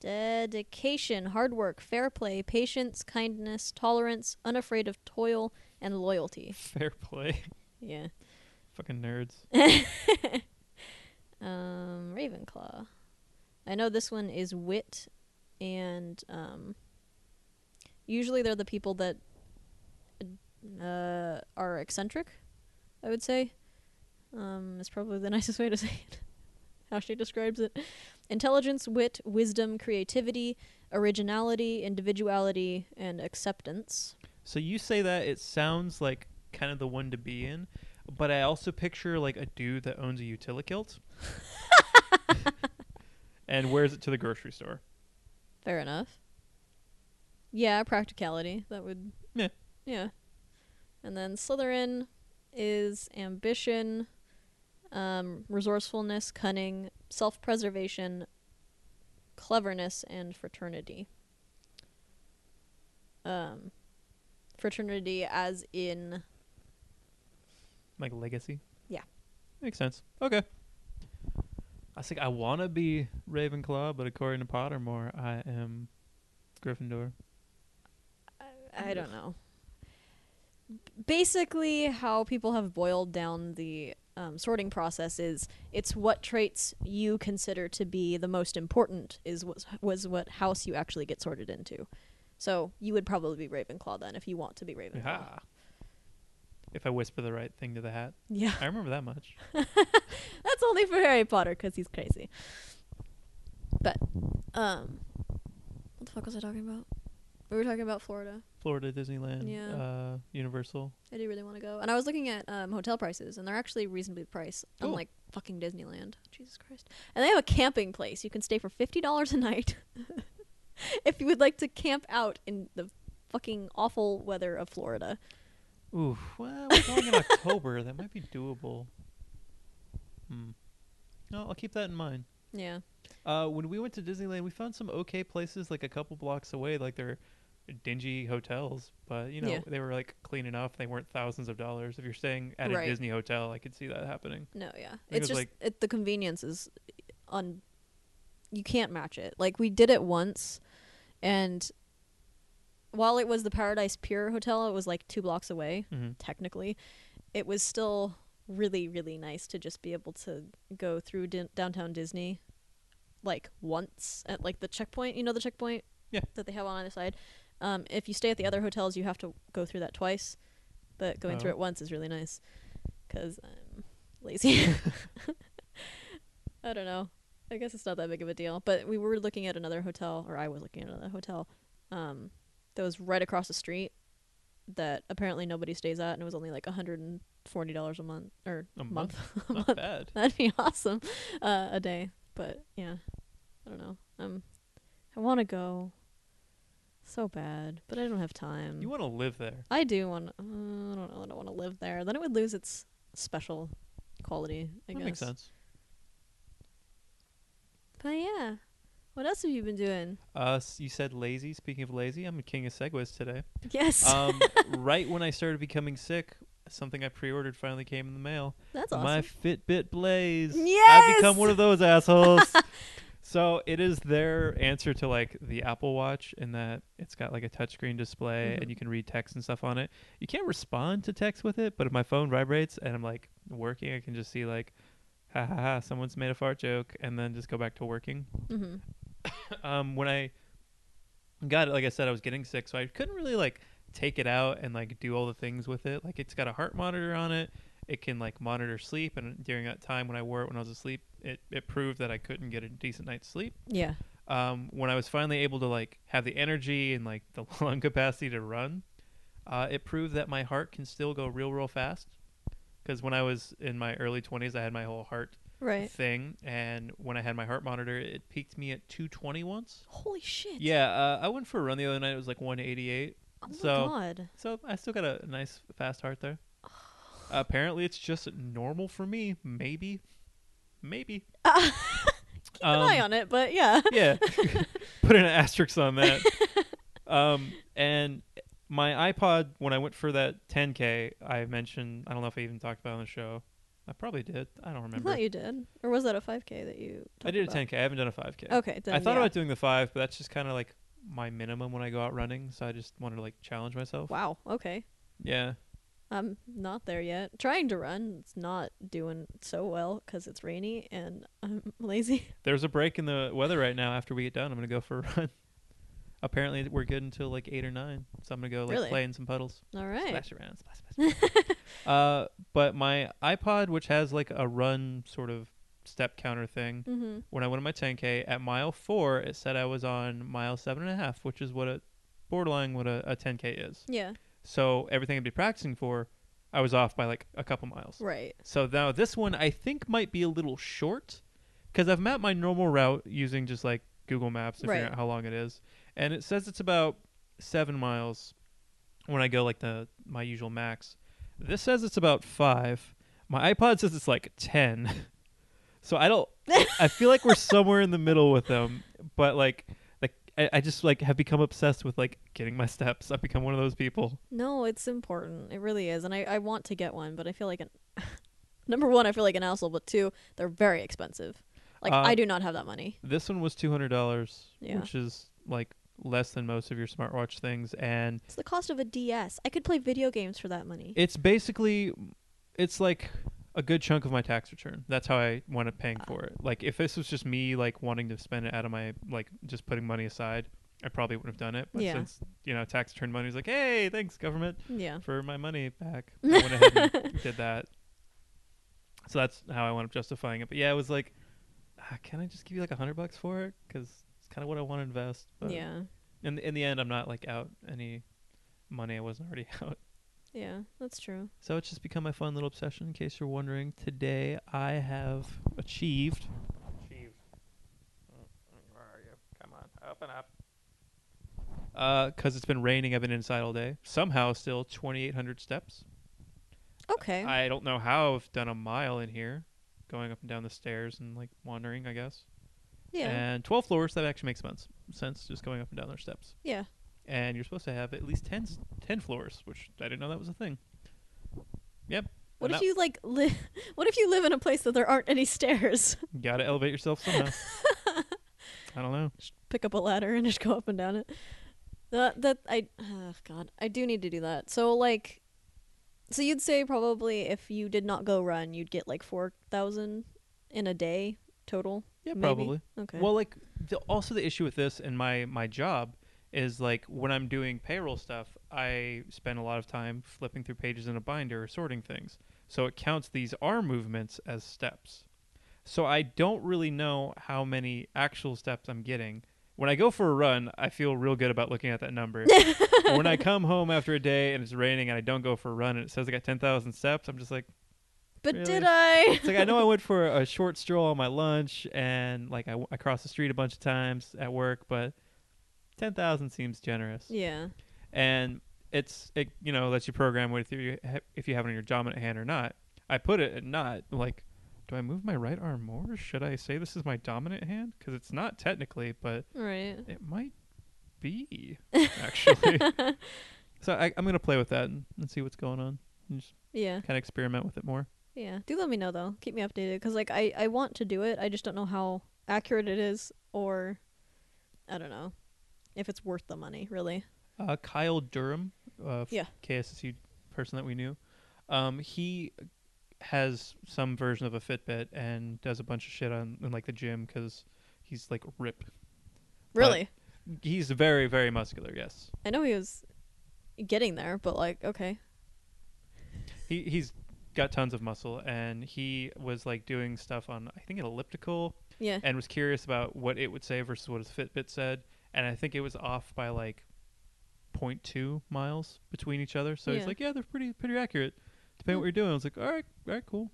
B: Dedication, hard work, fair play, patience, kindness, tolerance, unafraid of toil, and loyalty.
A: Fair play.
B: Yeah.
A: Fucking nerds.
B: Um, Ravenclaw. I know this one is wit, and um, usually they're the people that uh, are eccentric. I would say um, is probably the nicest way to say it. How she describes it: intelligence, wit, wisdom, creativity, originality, individuality, and acceptance.
A: So you say that it sounds like kind of the one to be in, but I also picture like a dude that owns a utilikilt and wears it to the grocery store.
B: Fair enough. Yeah, practicality. That would.
A: Yeah.
B: Yeah. And then Slytherin is ambition, um, resourcefulness, cunning, self preservation, cleverness, and fraternity. Um, fraternity as in.
A: Like legacy.
B: Yeah.
A: Makes sense. Okay. I think I want to be Ravenclaw, but according to Pottermore, I am Gryffindor.
B: I don't know. Basically, how people have boiled down the um, sorting process is it's what traits you consider to be the most important is what was what house you actually get sorted into. So you would probably be Ravenclaw then if you want to be Ravenclaw.
A: Yeah. if I whisper the right thing to the hat.
B: Yeah.
A: I remember that much.
B: That's only for Harry Potter because he's crazy. But, um, what the fuck was I talking about? We were talking about Florida.
A: Florida Disneyland,
B: Yeah.
A: uh, Universal.
B: I do really want to go. And I was looking at um, hotel prices, and they're actually reasonably priced,
A: Cool.
B: unlike fucking Disneyland. Jesus Christ. And they have a camping place. You can stay for $50 a night if you would like to camp out in the fucking awful weather of Florida.
A: Ooh, well, we're going in October. That might be doable. Hmm. No, I'll keep that in mind.
B: Yeah.
A: Uh, when we went to Disneyland, we found some okay places like a couple blocks away, like they're dingy hotels, but you know
B: Yeah.
A: they were like clean enough. They weren't thousands of dollars. If you're staying at
B: Right.
A: a Disney hotel, I could see that happening.
B: No, yeah.
A: it
B: It's
A: was
B: just
A: like-
B: it, the convenience is on. You can't match it. Like we did it once, and while it was the Paradise Pier hotel, it was like two blocks away.
A: Mm-hmm.
B: Technically, it was still really really nice to just be able to go through din- downtown Disney, like once at like the checkpoint. You know the checkpoint.
A: Yeah.
B: That they have on either side. Um, if you stay at the other hotels, you have to go through that twice, but going through
A: Oh.
B: it once is really nice because I'm lazy. I don't know. I guess it's not that big of a deal. But we were looking at another hotel, or I was looking at another hotel um, that was right across the street that apparently nobody stays at, and it was only like $140 a month or
A: A
B: month.
A: month, not bad.
B: That'd be awesome uh, a day. But yeah, I don't know. Um, I want to go so bad, but I don't have time.
A: You want to live there?
B: I do want. Uh, I don't know. I don't want to live there. Then it would lose its special quality. I
A: that
B: guess.
A: makes sense.
B: But yeah, what else have you been doing?
A: Uh, s- you said lazy. Speaking of lazy, I'm a king of segues today.
B: Yes,
A: Um, right when I started becoming sick, something I pre-ordered finally came in the mail.
B: that's awesome.
A: My Fitbit Blaze. I've
B: Yes!
A: become one of those assholes. so it is their answer to like the Apple Watch in that it's got like a touchscreen display
B: Mhm.
A: and you can read text and stuff on it. You can't respond to text with it, but if my phone vibrates and I'm like working, I can just see like, ha ha ha, someone's made a fart joke, and then just go back to working.
B: mm-hmm.
A: Um, when I got it, like I said, I was getting sick, so I couldn't really like take it out and like do all the things with it. Like it's got a heart monitor on it. It can like monitor sleep, and during that time when I wore it when I was asleep, it it proved that I couldn't get a decent night's sleep.
B: Yeah.
A: Um, when I was finally able to like have the energy and like the lung capacity to run, uh, it proved that my heart can still go real real fast. Because when I was in my early twenties, I had my whole heart
B: Right.
A: thing, and when I had my heart monitor, it peaked me at 220 once.
B: Holy shit.
A: Yeah, uh, I went for a run the other night. It was like 188.
B: Oh my
A: so-
B: god.
A: So I still got a nice fast heart there. Apparently, it's just normal for me. Maybe, maybe. Keep
B: An eye on it, but yeah.
A: yeah, put an asterisk on that. um, and my iPod, when I went for that 10K, I mentioned. I don't know if I even talked about it on the show. I probably did. I don't
B: I
A: remember.
B: thought you did, or was that a 5k that you?
A: I did a
B: talked
A: 10K. I haven't done a 5K.
B: about? Okay. Then,
A: I thought
B: yeah.
A: about doing the five, but that's just kind of like my minimum when I go out running. So I just wanted to like challenge myself.
B: Wow. Okay.
A: Yeah.
B: I'm not there yet. Trying to run, it's not doing so well because it's rainy and I'm lazy.
A: There's a break in the weather right now. After we get done, I'm gonna go for a run. Apparently, we're good until like eight or nine, so I'm gonna go like
B: Really?
A: play in some puddles,
B: All right.
A: splash around, splash, splash. splash. uh, but my iPod, which has like a run sort of step counter thing,
B: Mm-hmm.
A: when I went on my 10K at mile four, it said I was on mile seven and a half, which is what a borderline what a, a 10K is.
B: Yeah.
A: So everything I'd be practicing for, I was off by like a couple miles.
B: Right.
A: So now this one I think might be a little short because I've mapped my normal route using just like Google Maps to
B: Right.
A: figure out how long it is, and it says it's about seven miles when I go like the my usual max. This says it's about five. My iPod says it's like ten. So I don't. I feel like we're somewhere in the middle with them, but like, like I, I just like have become obsessed with like getting my steps. I've become one of those people.
B: No, it's important. It really is, and I, I want to get one, but I feel like an number one, I feel like an asshole, but two, they're very expensive. Like
A: Uh,
B: I do not have that money.
A: This one was two hundred dollars,
B: Yeah.
A: which is like less than most of your smartwatch things, and
B: It's the cost of a DS. I could play video games for that money.
A: it's basically, it's like a good chunk of my tax return. That's how I wound up paying for it. Like if this was just me like wanting to spend it out of my like just putting money aside, I probably wouldn't have done it. But
B: Yeah.
A: since you know tax return money, was like, hey, thanks government
B: Yeah.
A: for my money back. I went ahead and did that. So that's how I wound up justifying it. But yeah, it was like, ah, can I just give you like a hundred bucks for it? Because it's kind of what I want to invest. But
B: yeah.
A: In in the end, I'm not like out any money I wasn't already out.
B: Yeah. That's true.
A: So it's just become my fun little obsession. In case you're wondering, today I have achieved. Achieved. Where are you? Come on, open up. Uh, cause it's been raining. I've been inside all day. Somehow, still 2,800 steps.
B: Okay.
A: I don't know how I've done a mile in here, going up and down the stairs and like wandering, I guess.
B: yeah.
A: And 12 floors, that actually makes sense. Sense just going up and down their steps.
B: yeah.
A: And you're supposed to have at least 10, s- 10 floors, which I didn't know that was a thing. Yep.
B: What
A: and
B: if
A: that-
B: you like live? What if you live in a place that there aren't any stairs?
A: Gotta elevate yourself somehow. I don't know.
B: Just pick up a ladder and just go up and down it. That that I oh god I do need to do that. So like, so you'd say probably if you did not go run, you'd get like four thousand in a day total.
A: Yeah,
B: Maybe.
A: probably.
B: Okay.
A: Well, like the, also the issue with this and my my job is like when I'm doing payroll stuff, I spend a lot of time flipping through pages in a binder or sorting things. So it counts these arm movements as steps. So I don't really know how many actual steps I'm getting. When I go for a run, I feel real good about looking at that number. But when I come home after a day and it's raining and I don't go for a run and it says I got 10,000 steps, I'm just like
B: but
A: really?
B: did I?
A: it's like I know I went for a short stroll on my lunch, and like I, w- I crossed the street a bunch of times at work, but ten thousand seems generous.
B: yeah.
A: And it's it you know lets you program with you if you have it on your job at hand or not. I put it at not like, do I move my right arm more? Should I say this is my dominant hand? Because it's not technically, but
B: Right.
A: it might be actually. so I, I'm gonna play with that and, and see what's going on. And just
B: Yeah.
A: kind of experiment with it more.
B: Yeah. Do let me know though. Keep me updated because like I I want to do it. I just don't know how accurate it is or I don't know if it's worth the money really.
A: Uh, Kyle Durham, uh, f-
B: Yeah.
A: KSSU person that we knew, um, he has some version of a Fitbit and does a bunch of shit on in like the gym because he's like rip.
B: Really.
A: He's very very muscular. Yes,
B: I know he was getting there, but like okay.
A: he he's got tons of muscle and he was like doing stuff on I think an elliptical
B: Yeah.
A: and was curious about what it would say versus what his Fitbit said and I think it was off by like 0.2 miles between each other. So he's
B: Yeah.
A: like, yeah, they're pretty pretty accurate. Depending
B: Hmm.
A: on what you're doing. I was like, all right, all right, cool.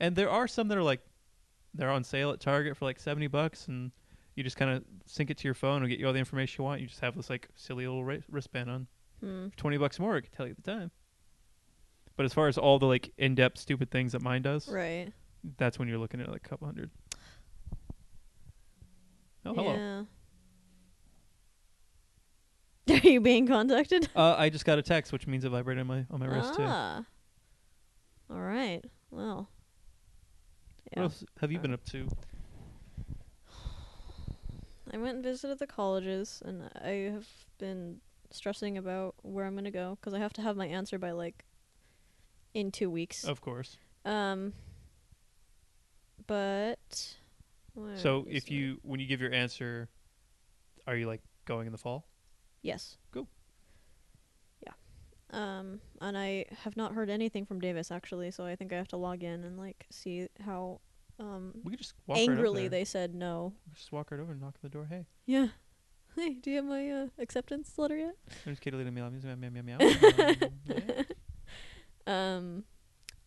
A: And there are some that are like they're on sale at Target for like 70 bucks and you just kind of sync it to your phone and get you all the information you want. You just have this like silly little wri- wristband on.
B: Hmm.
A: For 20 bucks more, it could tell you the time. But as far as all the like in-depth stupid things that mine does,
B: Right.
A: that's when you're looking at like a couple hundred. Oh, hello.
B: Yeah. Are you being contacted?
A: Uh, I just got a text, which means it vibrated on my on my wrist too. What
B: ah. All right. Well. Yeah. Uh,
A: else have you been up to?
B: I went and visited the colleges, and I have been stressing about where I'm gonna go because I have to have my answer by like in two weeks.
A: Of course.
B: Um, but where
A: So
B: is
A: if
B: it?
A: you when you give your answer, are you like going in the fall?
B: yes
A: Cool.
B: yeah, um, and I have not heard anything from Davis actually, so I think I have to log in and like see how um
A: We could just walk
B: angrily
A: right up there.
B: they said no.
A: We could just walk right over and knock on the door. Hey,
B: Yeah. Hey, do you have my uh, acceptance letter yet?
A: there's Katie Lita Meow Meow Meow Meow Meow. Um, yeah.
B: Um,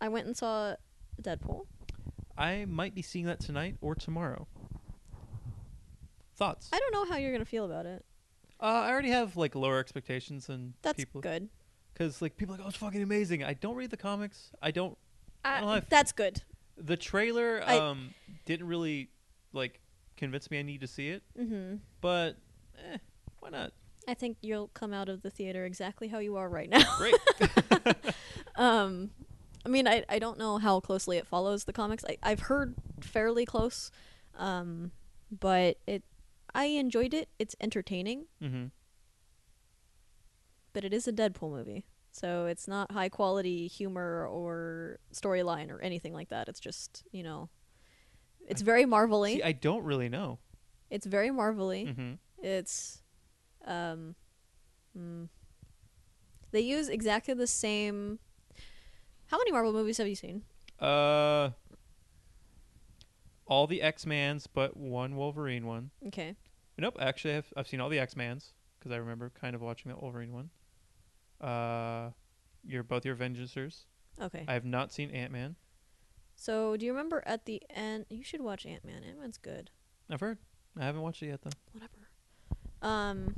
B: I went and saw Deadpool.
A: I might be seeing that tonight or tomorrow. Thoughts?
B: I don't know how you're gonna feel about it.
A: Uh, I already have like lower expectations than
B: That's
A: people
B: good.
A: because like people are like oh it's fucking amazing. I don't read the comics. I don't
B: I-
A: Well, I've-
B: that's good.
A: The trailer
B: I-
A: um didn't really like convince me I need to see it,
B: hmm
A: but eh, why not?
B: I think you'll come out of the theater exactly how you are right now.
A: Great.
B: um, I mean, I I don't know how closely it follows the comics. I I've heard fairly close, um, but it I enjoyed it. It's entertaining,
A: mm-hmm.
B: but it is a Deadpool movie, so it's not high quality humor or storyline or anything like that. It's just you know, it's very marvelly.
A: See, I don't really know. Mm.
B: It's very marvelly.
A: Mm-hmm.
B: It's um, mm, they use exactly the same. How many Marvel movies have you seen?
A: Uh, all the X Mans, but one Wolverine one.
B: Okay,
A: Nope, actually, I've, I've seen all the X Mans because I remember kind of watching that Wolverine one. Uh, you're both your Vengeancers.
B: okay.
A: I have not seen Ant Man.
B: so do you remember at the end? You should watch Ant Man. Ant Man's good.
A: I've heard. I haven't watched it yet though.
B: whatever. Um,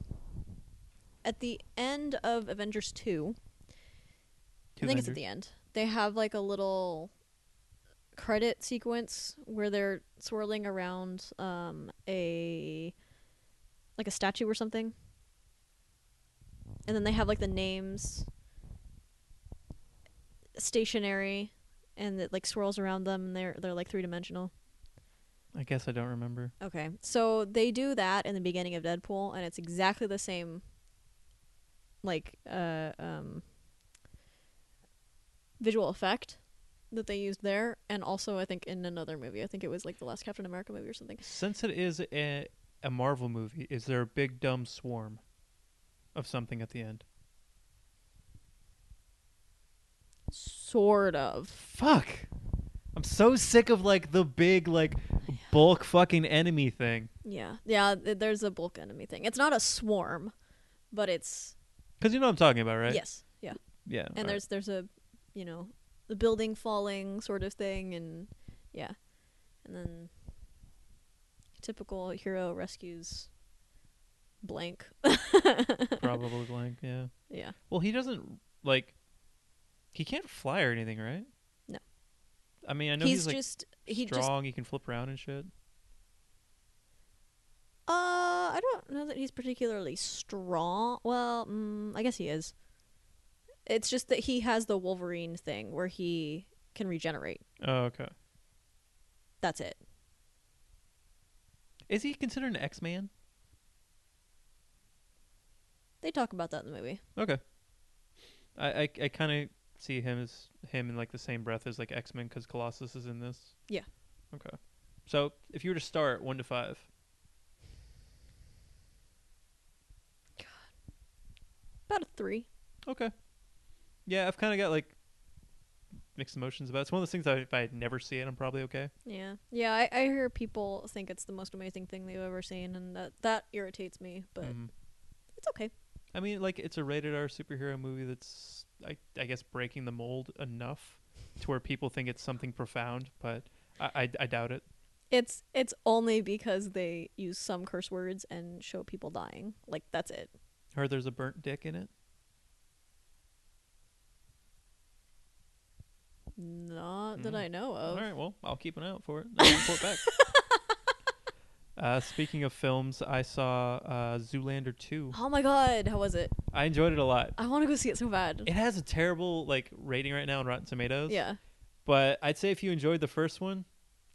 B: at the end of Avengers two, I
A: Two
B: think it's at
A: Avengers.
B: the end. They have like a little credit sequence where they're swirling around um a like a statue or something, and then they have like the names stationary, and it like swirls around them, and they're they're like three dimensional.
A: I guess I don't remember.
B: Okay. So they do that in the beginning of Deadpool and it's exactly the same like uh um visual effect that they used there and also I think in another movie. I think it was like the last Captain America movie or something.
A: Since it is a, a Marvel movie, is there a big dumb swarm of something at the end?
B: Sort of.
A: Fuck. I'm so sick of like the big like bulk fucking enemy thing.
B: Yeah. Yeah, th- there's a bulk enemy thing. It's not a swarm, but it's
A: Cause you know what I'm talking about, right?
B: yes. Yeah.
A: Yeah.
B: and
A: alright.
B: there's there's a you know the building falling sort of thing and yeah and then typical hero rescues blank
A: probably blank. Yeah.
B: yeah
A: Well, he doesn't like. He can't fly or anything, right?
B: No.
A: I mean, I know
B: he's,
A: he's, like
B: just he just uh
A: strong. he can flip around and shit.
B: uh, i don't know that he's particularly strong well mm, i guess he is it's just that he has the wolverine thing where he can regenerate
A: Oh, okay.
B: that's it
A: Is he considered an X-Man?
B: they talk about that in the movie
A: Okay. I I, I kind of see him as him in like the same breath as like X Men because Colossus is in this.
B: Yeah.
A: Okay. So if you were to start one to five.
B: about a three
A: Okay. Yeah, I've kind of got like mixed emotions about. It. It's one of those things that if I never see it, I'm probably okay.
B: Yeah, yeah. I, I hear people think it's the most amazing thing they've ever seen, and that that irritates me. But
A: Mhm.
B: it's okay.
A: I mean, like it's a rated R superhero movie that's I I guess breaking the mold enough to where people think it's something profound, but I I, I doubt it.
B: It's it's only because they use some curse words and show people dying. Like that's it.
A: Heard there's a burnt dick in it.
B: Not that
A: Mm.
B: I know of.
A: All right, well, I'll keep an eye out for it. and I'll report back. Uh, speaking of films, I saw uh, Zoolander 2.
B: Oh my god, how was it?
A: I enjoyed it a lot.
B: I want to go see it so bad.
A: It has a terrible like rating right now on Rotten Tomatoes.
B: Yeah,
A: But I'd say if you enjoyed the first one,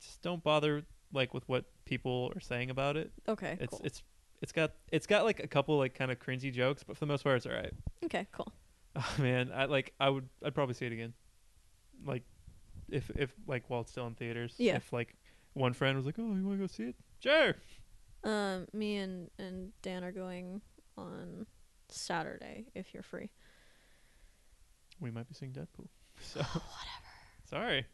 A: just don't bother like with what people are saying about it.
B: okay,
A: It's
B: cool.
A: it's it's got it's got like a couple like kind of cringy jokes, but for the most part, it's all right.
B: okay, cool.
A: Oh man, I like I would I'd probably see it again. Like if if like while it's still in theaters.
B: Yeah.
A: If like one friend was like, Oh, you wanna go see it? Sure.
B: Um, me and and Dan are going on Saturday if you're free.
A: We might be seeing Deadpool. So
B: Oh,
A: whatever. Sorry.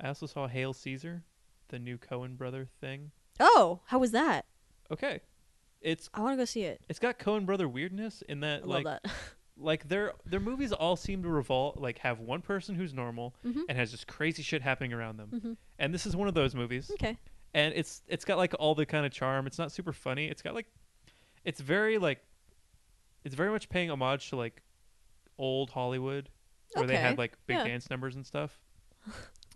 A: I also saw Hail Caesar, the new Cohen brother thing.
B: Oh, how was that?
A: Okay. It's
B: I want to go see it.
A: it's got Cohen brother weirdness in
B: I
A: that
B: love
A: like
B: that.
A: like their their movies all seem to revolve like have one person who's normal
B: Mhm.
A: and has just crazy shit happening around them.
B: Mhm.
A: And this is one of those movies.
B: okay.
A: and it's it's got like all the kind of charm. It's not super funny. It's got like it's very like it's very much paying homage to like old Hollywood where they had
B: Okay,
A: like big
B: yeah.
A: dance numbers and stuff.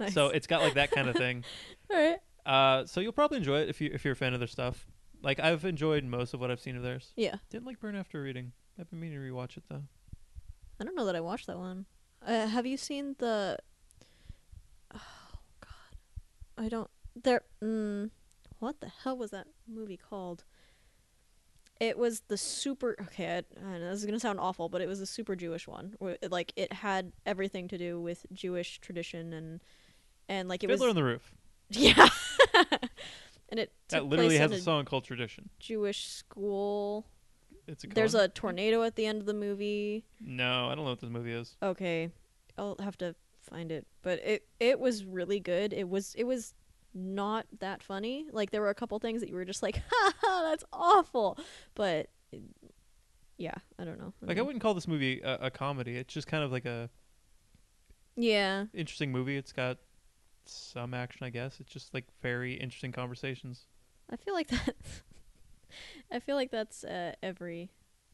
B: Nice.
A: So it's got like that kind of thing.
B: all right.
A: Uh, so you'll probably enjoy it if you if you're a fan of their stuff. Like I've enjoyed most of what I've seen of theirs.
B: Yeah.
A: Didn't like Burn After Reading. I've been meaning to rewatch it though.
B: I don't know that I watched that one. Uh, have you seen the? Oh God, I don't. There. Mm, what the hell was that movie called? It was the super. Okay, I, I know this is gonna sound awful, but it was a super Jewish one. where it- Like it had everything to do with Jewish tradition and and like it
A: Fiddler
B: was
A: on the Roof.
B: yeah. and it
A: That
B: took
A: literally
B: place
A: has
B: in
A: a song called Tradition.
B: Jewish school
A: It's a
B: There's a tornado at the end of the movie.
A: no. I don't know what this movie is.
B: Okay, I'll have to find it. But it it was really good. It was it was not that funny. Like there were a couple things that you were just like, ha ha, that's awful. But it- yeah, I don't know.
A: Like I wouldn't call this movie a, a comedy. It's just kind of like a
B: yeah,
A: interesting movie. It's got some action, I guess. It's just like very interesting conversations.
B: I feel like that. I feel like that's uh, every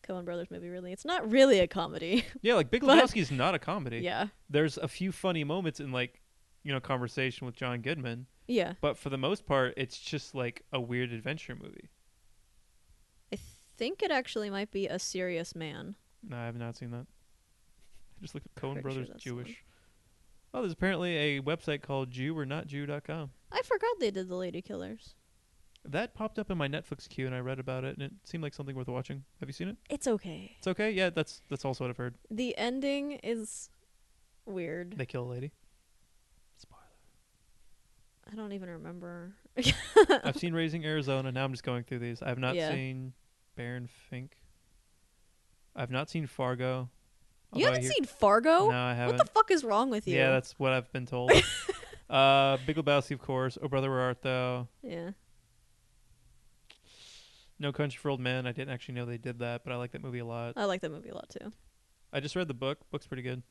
B: Coen Brothers movie. Really, it's not really a comedy.
A: Yeah, like Big
B: But-
A: Lebowski's not a comedy.
B: yeah,
A: There's a few funny moments in like, you know, conversation with John Goodman,
B: yeah.
A: but for the most part, it's just like a weird adventure movie.
B: I think it actually might be a serious man.
A: No, I have not seen that. I just looked at
B: Pretty
A: Cohen
B: sure
A: Brothers
B: that's the one.
A: Jewish. Oh, there's apparently a website called JewOrNotJew.com.
B: I forgot they did the Lady Killers.
A: That popped up in my Netflix queue, and I read about it, and it seemed like something worth watching. Have you seen it?
B: It's okay.
A: It's okay. Yeah, that's that's also what I've heard.
B: The ending is weird.
A: They kill a lady. Spoiler.
B: I don't even remember.
A: Oh, I've seen Raising Arizona. Now I'm just going through these. I've not
B: Yeah.
A: seen Baron Fink. I've not seen Fargo.
B: you
A: although I
B: haven't
A: hear-
B: seen Fargo?
A: No, I haven't.
B: what the fuck is wrong with you?
A: yeah, that's what I've been told. uh, Big Lebowski, of course. Oh Brother, Where Art Thou?
B: yeah.
A: No Country for Old Men. I didn't actually know they did that, but I like that movie a lot.
B: I like that movie a lot too.
A: I just read the book. Book's pretty good.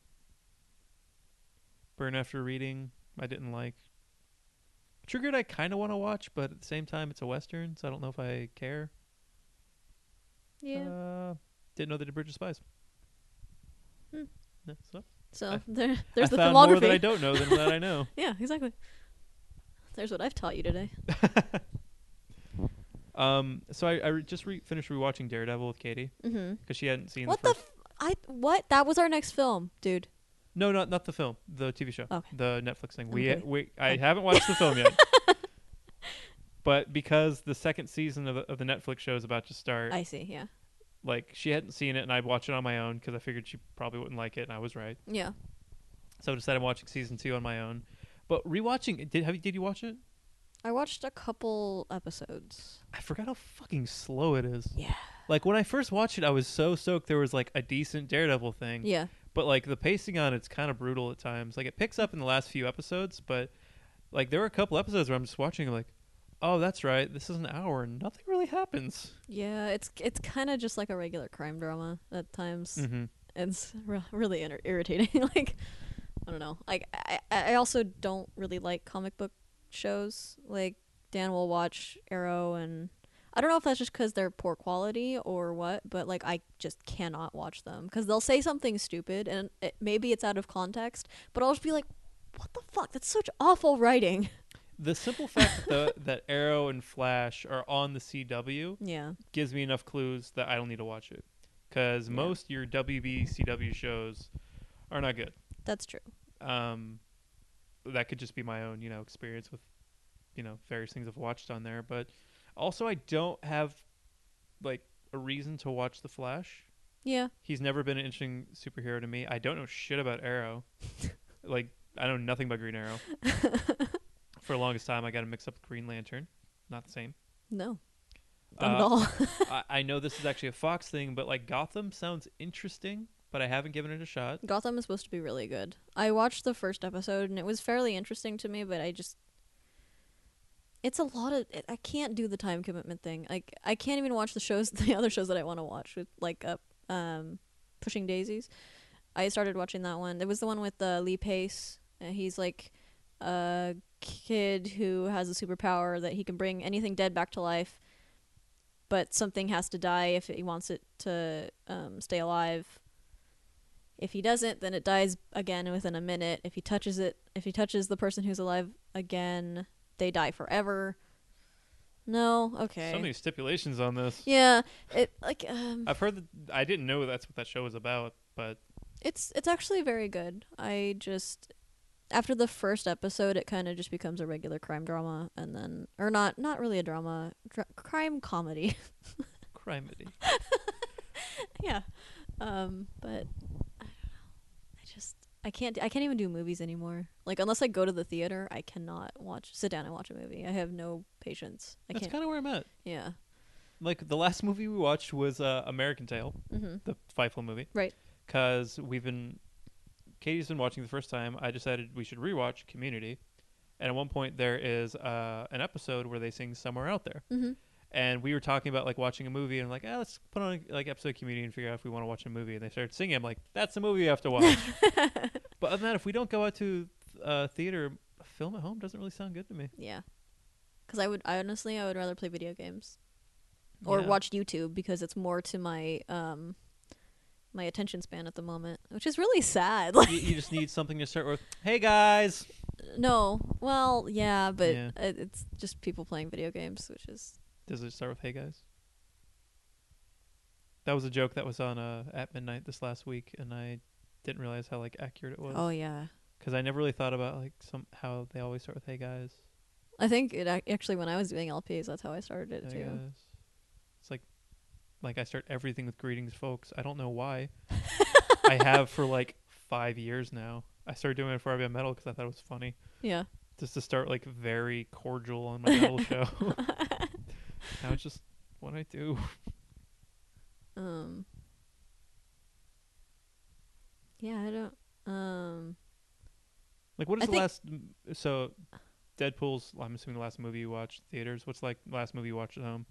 A: Burn After Reading. I didn't like. Triggered. I kind of want to watch, but at the same time, it's a western, so I don't know if I care.
B: Yeah.
A: Uh, didn't know they did Bridge of Spies.
B: Hmm.
A: No, so
B: so
A: I-
B: there, there's
A: I
B: the
A: found more that I
B: filmography.
A: don't know than that I know.
B: yeah, exactly. There's what I've taught you today.
A: Um, so I, I re- just re- finished rewatching Daredevil with Katie
B: Mm-hmm.
A: because she hadn't seen
B: What
A: the
B: the?
A: first.
B: F- I what? That was our next film, dude.
A: no, not not the film, the TV show,
B: Okay.
A: the Netflix thing. We
B: Okay.
A: we I
B: Okay.
A: haven't watched the film yet, but because the second season of the, of the Netflix show is about to start,
B: I see. Yeah.
A: like she hadn't seen it, and I'd watch it on my own because I figured she probably wouldn't like it, and I was right.
B: Yeah.
A: So I decided I'm watching season two on my own. But rewatching, it- did have you, did you watch it?
B: I watched a couple episodes.
A: I forgot how fucking slow it is.
B: Yeah.
A: Like when I first watched it, I was so stoked there was like a decent Daredevil thing.
B: Yeah.
A: But like the pacing on it's kind of brutal at times. Like it picks up in the last few episodes, but like there were a couple episodes where I'm just watching, I'm like, oh, that's right, this is an hour and nothing really happens.
B: Yeah. It's it's kind of just like a regular crime drama at times.
A: Mm-hmm.
B: it's re- really inter- irritating like i don't know like I, I I also don't really like comic book shows like dan will watch arrow and i don't know if that's just because they're poor quality or what but like i just cannot watch them because they'll say something stupid and it, maybe it's out of context but i'll just be like what the fuck that's such awful writing
A: The simple fact that, the, that Arrow and Flash are on the CW
B: yeah
A: gives me enough clues that I don't need to watch it. Because
B: Yeah.
A: most your WB CW shows are not good.
B: that's true
A: um that could just be my own you know experience with you know various things i've watched on there but also i don't have like a reason to watch the flash
B: yeah
A: he's never been an interesting superhero to me i don't know shit about arrow like i know nothing about green arrow for the longest time i got to mix up with green lantern not the same
B: no not at
A: uh,
B: all
A: I, I know this is actually a fox thing but like gotham sounds interesting but i haven't given it a shot
B: Gotham is supposed to be really good. I watched the first episode and it was fairly interesting to me, but I just it's a lot of I can't do the time commitment thing. Like I can't even watch the shows the other shows that I want to watch with like uh, um Pushing Daisies. I started watching that one. It was the one with uh, Lee Pace. And he's like uh, a kid who has a superpower that he can bring anything dead back to life, but something has to die if he wants it to um, stay alive. If he doesn't, then it dies again within a minute. If he touches it, if he touches the person who's alive again, they die forever. No, okay.
A: so many stipulations on this
B: yeah, it like um
A: I've heard that I didn't know that's what that show was about, but
B: it's it's actually very good. I just after the first episode, it kind of just becomes a regular crime drama and then or not not really a drama, dr- crime comedy.
A: criminy.
B: yeah. Um, but I don't know. I just I can't I can't even do movies anymore. Like unless I go to the theater, I cannot watch sit down and watch a movie. I have no patience. I
A: That's
B: can't.
A: kind of where I'm at.
B: yeah.
A: like the last movie we watched was uh, American Tail,
B: Mm-hmm.
A: the Feifel movie.
B: Right.
A: Because we've been, Katie's been watching the first time. I decided we should rewatch Community, and at one point there is uh, an episode where they sing "Somewhere Out There."
B: Mm-hmm.
A: and we were talking about like watching a movie and like ah, let's put on like episode of community and figure out if we want to watch a movie and they started singing i'm like that's the movie you have to watch but other than that if we don't go out to uh, theater a film at home doesn't really sound good to me
B: Yeah. Because I would, I honestly, I would rather play video games or
A: Yeah.
B: watch YouTube because it's more to my um my attention span at the moment, which is really sad. Like,
A: you, you just need something to start with hey guys
B: no, well, yeah, but
A: Yeah.
B: i- it's just people playing video games, which is
A: does it start with hey guys that was a joke that was on uh, at midnight this last week and i didn't realize how like accurate it was
B: oh yeah.
A: because i never really thought about like some how they always start with hey guys
B: I think it ac- actually when I was doing LPs, that's how I started it
A: I
B: too.
A: guess. It's like like I start everything with greetings folks. I don't know why. I have for like 5 years now. I started doing it before I got metal cuz I thought it was funny.
B: Yeah,
A: Just to start like very cordial on my metal show. now it's just what I do.
B: um, yeah, I don't. Um,
A: Like what is
B: I
A: the
B: think-
A: last m- so Deadpool's I'm assuming the last movie you watched theaters. What's like last movie you watched at home?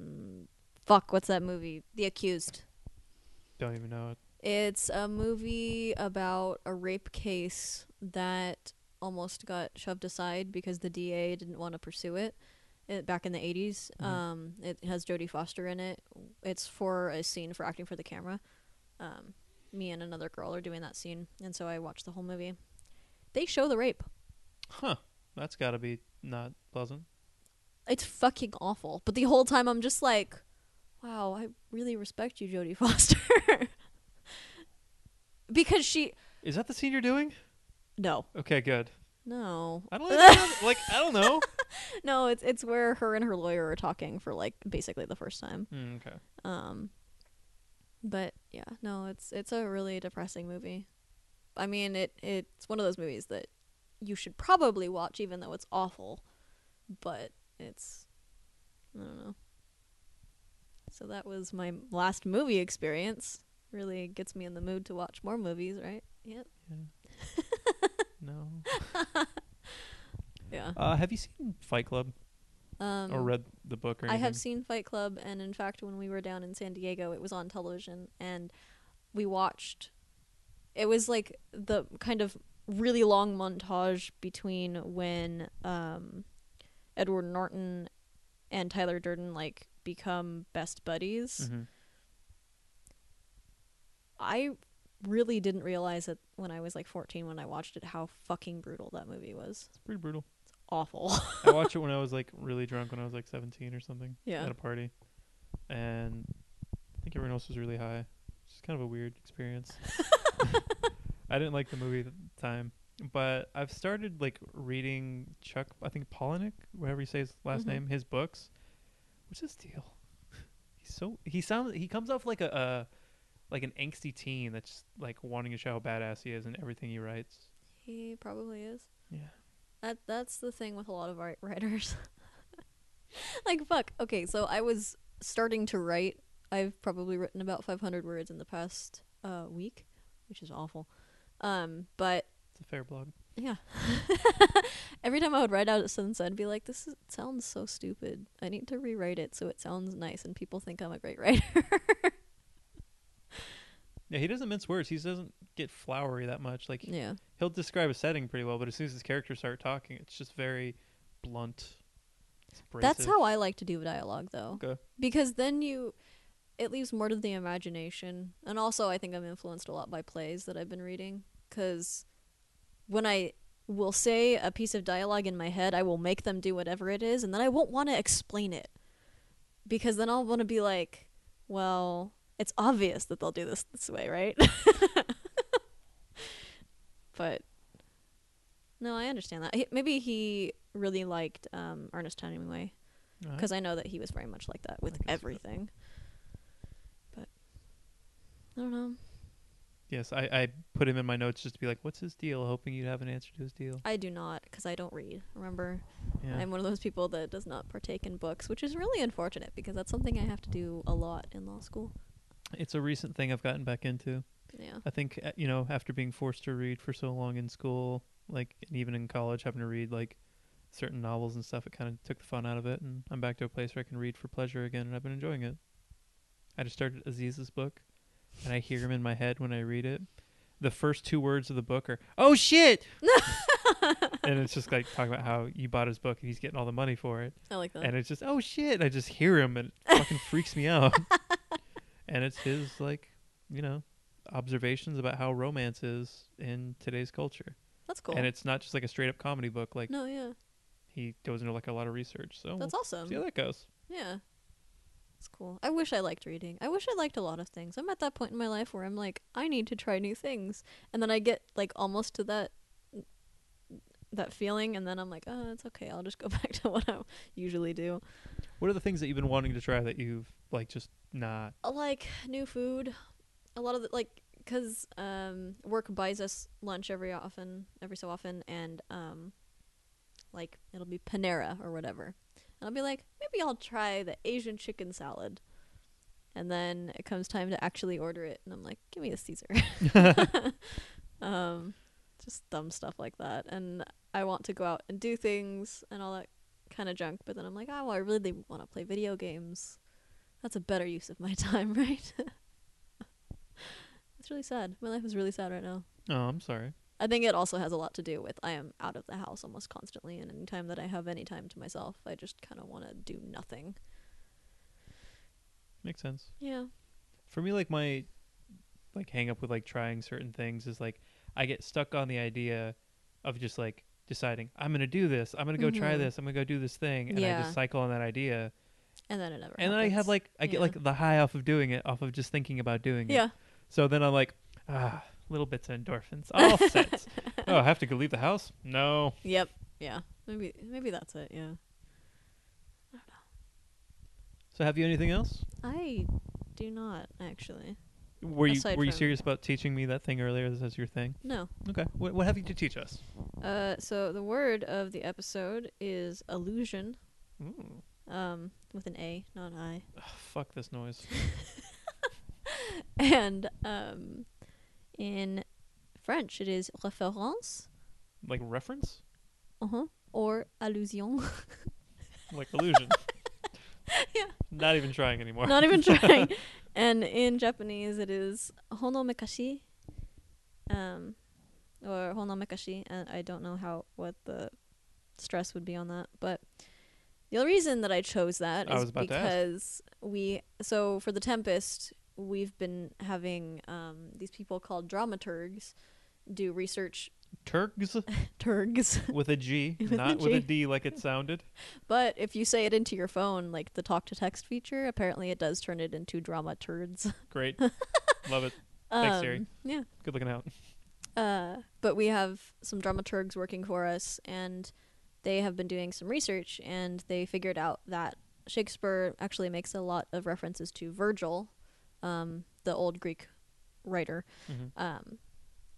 B: Um, fuck, what's that movie? The Accused.
A: Don't even know it.
B: It's a movie about a rape case that almost got shoved aside because the DA didn't want to pursue it. It, back in the 80s
A: Mhm.
B: um, it has jodie foster in it it's for a scene for acting for the camera um, me and another girl are doing that scene and so i watched the whole movie they show the rape
A: Huh. That's got to be not pleasant.
B: it's fucking awful. But the whole time I'm just like, wow, I really respect you, Jodie Foster. because she
A: Is that the scene you're doing?
B: no,
A: Okay, good.
B: no,
A: I don't like, like I don't know.
B: no. It's it's where her and her lawyer are talking for like basically the first time.
A: Mm, okay.
B: Um, but yeah, no, it's it's a really depressing movie. I mean, it it's one of those movies that you should probably watch, even though it's awful. But it's I don't know. So that was my last movie experience. Really gets me in the mood to watch more movies, right? Yep.
A: No.
B: Yeah.
A: Uh, have you seen Fight Club
B: Um,
A: or read the book or
B: I
A: anything?
B: have seen Fight Club, and in fact, when we were down in San Diego, it was on television, and we watched. It was like the kind of really long montage between when um, Edward Norton and Tyler Durden like become best buddies.
A: Mhm.
B: I really didn't realize it when I was like 14 when I watched it how fucking brutal that movie was.
A: It's pretty brutal.
B: Awful.
A: I watched it when I was like really drunk when I was like 17 or something
B: Yeah.
A: at a party, and I think everyone else was really high. It's just kind of a weird experience. I didn't like the movie at the time, but I've started like reading Chuck. I think Palahniuk, whatever you say his last
B: Mhm.
A: name, his books. What's his deal? He's so he sounds he comes off like a, a like an angsty teen that's like wanting to show how badass he is in everything he writes.
B: he probably is.
A: Yeah.
B: That that's the thing with a lot of art writers. like fuck. Okay, so I was starting to write. I've probably written about 500 words in the past uh, week, which is awful. Um, but
A: It's a fair blog.
B: yeah, every time I would write out at sunset, I'd be like, "This is, sounds so stupid. I need to rewrite it so it sounds nice and people think I'm a great writer."
A: Yeah, he doesn't mince words. He doesn't get flowery that much. Like
B: yeah,
A: he'll describe a setting pretty well, but as soon as his characters start talking, it's just very blunt. It's
B: that's
A: abrasive.
B: how I like to do dialogue, though.
A: Okay.
B: because then you it leaves more to the imagination and also i think i'm influenced a lot by plays that i've been reading because when i will say a piece of dialogue in my head i will make them do whatever it is and then i won't want to explain it because then i'll want to be like well it's obvious that they'll do this this way right but no i understand that He- maybe he really liked um, ernest hemingway
A: Alright.
B: because I know that he was very much like that with
A: I guess so.
B: everything. But I don't know.
A: Yes, I, I put him in my notes just to be like, what's his deal? Hoping you'd have an answer to his deal.
B: I do not because I don't read. Remember,
A: Yeah.
B: I'm one of those people that does not partake in books, which is really unfortunate because that's something I have to do a lot in law school.
A: it's a recent thing I've gotten back into.
B: Yeah.
A: I think uh, you know after being forced to read for so long in school, like and even in college, having to read like certain novels and stuff, it kind of took the fun out of it. And I'm back to a place where I can read for pleasure again, and I've been enjoying it. I just started Aziz's book, and I hear him in my head when I read it. The first two words of the book are "Oh shit," and it's just like talking about how you bought his book and he's getting all the money for it,
B: I like that.
A: and it's just "Oh shit." and I just hear him, and it fucking freaks me out. And it's his like, you know, observations about how romance is in today's culture.
B: that's cool.
A: And it's not just like a straight up comedy book. Like
B: no, yeah.
A: he goes into like a lot of research. So
B: That's
A: we'll
B: awesome.
A: see how that goes.
B: Yeah. It's cool. I wish I liked reading. I wish I liked a lot of things. I'm at that point in my life where I'm like, I need to try new things. And then I get like almost to that that feeling and then I'm like, oh, it's okay. I'll just go back to what I usually do.
A: What are the things that you've been wanting to try that you've like just not?
B: I like new food. A lot of the, like cuz um work buys us lunch every often, every so often and um like it'll be Panera or whatever. And I'll be like, maybe I'll try the Asian chicken salad. And then it comes time to actually order it and I'm like, give me a Caesar. um just dumb stuff like that. And I want to go out and do things and all that kind of junk, but then I'm like, oh, well, I really want to play video games. That's a better use of my time, right? it's really sad. My life is really sad right now.
A: Oh, I'm sorry.
B: I think it also has a lot to do with I am out of the house almost constantly, and any time that I have any time to myself, I just kind of want to do nothing.
A: Makes sense.
B: Yeah.
A: For me, like my like hang up with like trying certain things is like I get stuck on the idea of just like deciding, I'm gonna do this, I'm gonna go try
B: Mhm.
A: this, I'm gonna go do this thing and I
B: Yeah.
A: just cycle on that idea.
B: And then it never.
A: And then I have
B: happens.
A: like I get
B: Yeah.
A: like the high off of doing it, off of just thinking about doing it.
B: Yeah.
A: So then I'm like, ah, little bits of endorphins. All set. oh, I have to go leave the house? No.
B: Yep. Yeah. Maybe. Maybe that's it. Yeah.
A: So have you anything else?
B: I do not actually.
A: Were you
B: Aside
A: were you
B: from-
A: serious about teaching me that thing earlier? This is your thing.
B: No.
A: Okay. What what have you to teach us?
B: Uh. So the word of the episode is illusion.
A: Ooh,
B: Um. With an A, not an I.
A: Ugh, fuck this noise.
B: and um, in French it is référence
A: like reference?
B: uh-huh, or allusion.
A: Like illusion.
B: Yeah.
A: Not even trying anymore.
B: Not even trying. And in Japanese it is honomekashi, um, or honomekashi, and I don't know how what the stress would be on that, but the only reason that I chose that
A: I
B: is
A: was about to ask.
B: because we so for the Tempest we've been having um, these people called dramaturgs do research
A: Turgs
B: turgs
A: with a G,
B: With a
A: not with a
B: G.
A: D like it sounded.
B: But if you say it into your phone, like the talk to text feature, apparently it does turn it into drama turds.
A: Great. Love it.
B: Um,
A: Thanks, Siri.
B: Yeah.
A: Good looking out.
B: Uh, but we have some dramaturgs working for us, and they have been doing some research, and they figured out that Shakespeare actually makes a lot of references to Virgil, um, the old Greek writer,
A: Mhm.
B: um,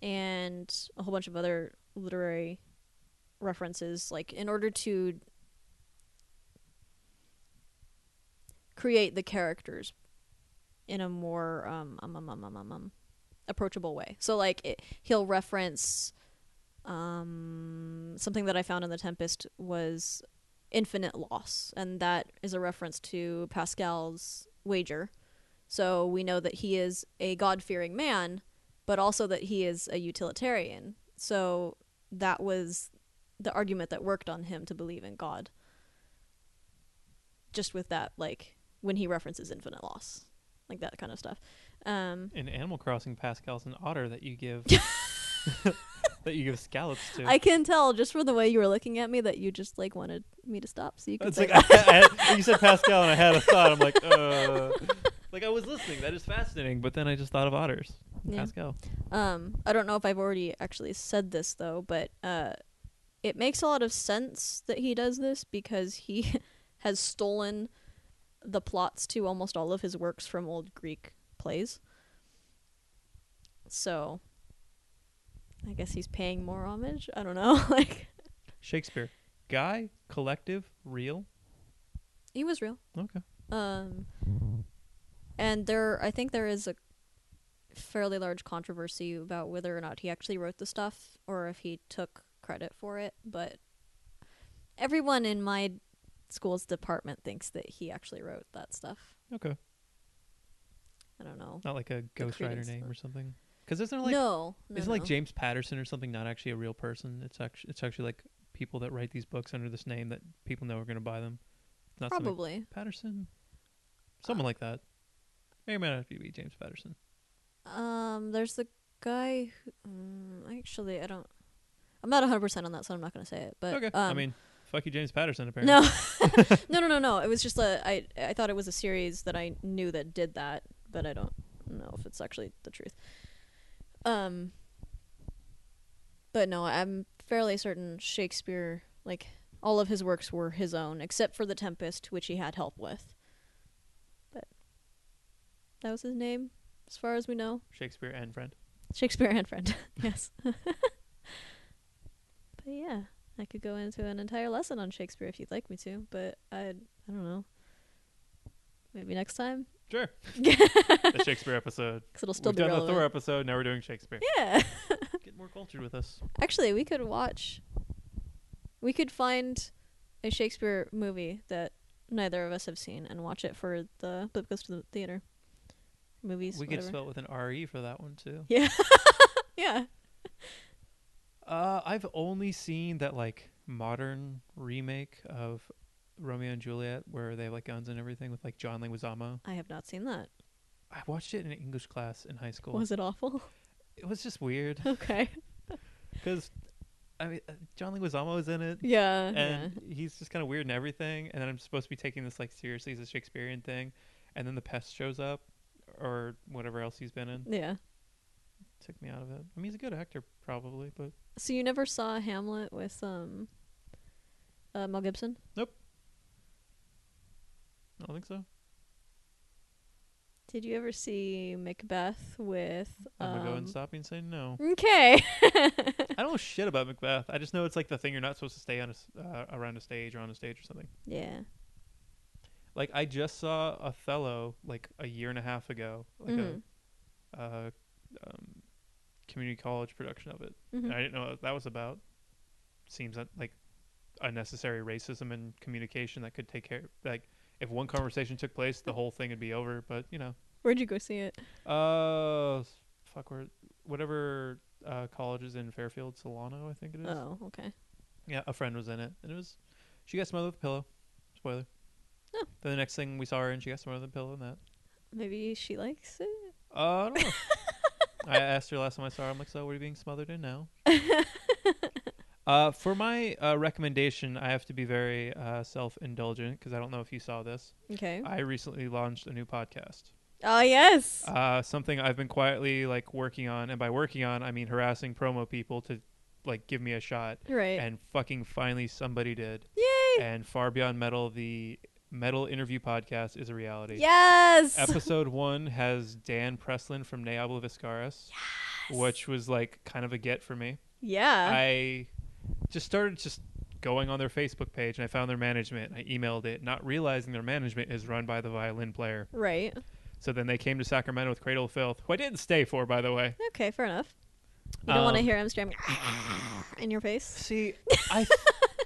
B: and a whole bunch of other literary references. Like in order to create the characters in a more um, um, um, um, um, um, um, approachable way. So like it, he'll reference um, something that I found in the Tempest was infinite loss, and that is a reference to Pascal's wager. So we know that he is a God fearing man, but also that he is a utilitarian. So that was the argument that worked on him to believe in God. Just with that, like when he references infinite loss, like that kind of stuff. Um,
A: In Animal Crossing, Pascal's an otter that you give that you give scallops to.
B: I can tell just from the way you were looking at me that you just like wanted me to stop so you could
A: It's
B: say
A: like I, I- you said Pascal, and I had a thought. I'm like, uh, like I was listening. That is fascinating. But then I just thought of otters. and
B: Yeah.
A: Pascal.
B: Um, I don't know if I've already actually said this though, but uh, it makes a lot of sense that he does this because he has stolen the plots to almost all of his works from old Greek plays. So I guess he's paying more homage. I don't know. like
A: Shakespeare. Guy, collective, real.
B: he was real.
A: Okay.
B: Um, and there, I think there is a fairly large controversy about whether or not he actually wrote the stuff or if he took credit for it. But everyone in my school's department thinks that he actually wrote that stuff.
A: Okay.
B: I don't know.
A: Not like a ghostwriter
B: Credence
A: name
B: book.
A: or something. Because isn't it like
B: no, no,
A: isn't like
B: no.
A: James Patterson or something not actually a real person? It's actually it's actually like people that write these books under this name that people know are going to buy them. It's not something-
B: probably.
A: Patterson, someone like that. May or may not have to be James Patterson.
B: Um, there's the guy. Who, mm, actually, I don't. I'm not 100 percent on that, so I'm not going to say it. But
A: okay. I
B: um,
A: mean, fuck you, James Patterson. Apparently.
B: No, no, no, no, no. It was just a. I I thought it was a series that I knew that did that, but I don't know if it's actually the truth. Um. But no, I'm fairly certain Shakespeare, like all of his works, were his own, except for *The Tempest*, which he had help with. But that was his name, as far as we know.
A: Shakespeare and friend.
B: Shakespeare and friend. yes. but yeah, I could go into an entire lesson on Shakespeare if you'd like me to, but I I don't know. Maybe next time
A: Sure. the Shakespeare episode.
B: cuz it'll still be relevant.
A: episode. Now we're doing Shakespeare.
B: yeah.
A: Get more cultured with us.
B: Actually, we could watch we could find a Shakespeare movie that neither of us have seen and watch it for the Blip Goes to the Theater movies
A: we could
B: whatever.
A: spell it with an R E for that one too.
B: yeah.
A: Uh, I've only seen that like modern remake of Romeo and Juliet where they have like guns and everything with like John Leguizamo.
B: I have not seen that.
A: I watched it in an English class in high school.
B: Was it awful?
A: it was just weird
B: okay.
A: because I mean uh, John Leguizamo is in it.
B: Yeah. yeah.
A: and he's just kind of weird and everything. And then I'm supposed to be taking this like seriously as a Shakespearean thing, and then the pest shows up, or whatever else he's been in.
B: Yeah.
A: Took me out of it. I mean, he's a good actor probably, but
B: So you never saw Hamlet with um uh, Mel Gibson?
A: I don't think so.
B: Did you ever see Macbeth with
A: I'm gonna go
B: um,
A: and stop me and say no.
B: Okay.
A: I don't know shit about Macbeth. I just know it's like the thing you're not supposed to stay on a s uh, around a stage or on a stage or something.
B: yeah.
A: Like I just saw Othello like a year and a half ago, like
B: Mhm.
A: a uh, um, community college production of it.
B: Mhm.
A: And I didn't know what that was about. Seems un- like unnecessary racism and communication that could take care. Like if one conversation took place, the whole thing would be over. But you know,
B: Where'd you go see it?
A: uh, s- fuck, where whatever uh, college is in Fairfield, Solano, I think it is.
B: Oh, okay.
A: Yeah, a friend was in it, and it was she got smothered with a pillow. Spoiler.
B: Oh.
A: Then the next thing we saw her, and she got smothered with a pillow, and that.
B: Maybe she likes it.
A: Uh, I don't know. I asked her last time I saw her. I'm like, so what are you being smothered in now? uh, for my uh, recommendation, I have to be very uh, self-indulgent because I don't know if you saw this.
B: Okay.
A: I recently launched a new podcast.
B: oh yes.
A: Uh, something I've been quietly like working on, and by working on, I mean harassing promo people to like give me a shot.
B: right.
A: And fucking finally, somebody did.
B: Yay.
A: And far beyond metal, the metal interview podcast is a reality.
B: yes.
A: Episode one has Dan Preslin from Neabla Viscaris, which was like kind of a get for me.
B: yeah.
A: I just started just going on their Facebook page and I found their management. I emailed it, not realizing their management is run by the violin player.
B: right.
A: So then they came to Sacramento with Cradle of Filth, who I didn't stay for, by the way.
B: Okay, fair enough. You don't want to
A: Um,
B: hear him screaming in your face.
A: See, I,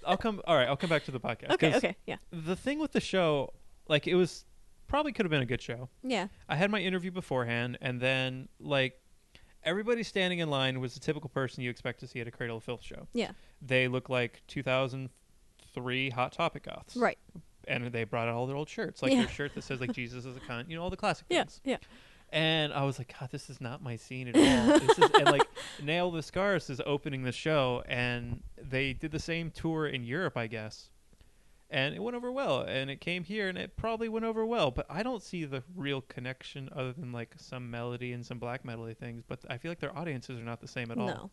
A: I'll come. All right, I'll come back to the podcast.
B: Okay,
A: 'cause
B: okay. Yeah.
A: The thing with the show, like it was probably could have been a good show.
B: Yeah.
A: I had my interview beforehand, and then like everybody standing in line was the typical person you expect to see at a Cradle of Filth show.
B: Yeah.
A: they look like 2003 Hot Topic goths,
B: Right.
A: And they brought out all their old shirts, like
B: Yeah.
A: their shirt that says like Jesus is a cunt, you know, all the classic
B: Yeah.
A: things.
B: Yeah.
A: And I was like, God, this is not my scene at all. this is, and like Nail Viscaris is opening the show, and they did the same tour in Europe, I guess. And it went over well, and it came here, and it probably went over well. But I don't see the real connection other than like some melody and some black metal-y things. But I feel like their audiences are not the same at all.
B: No.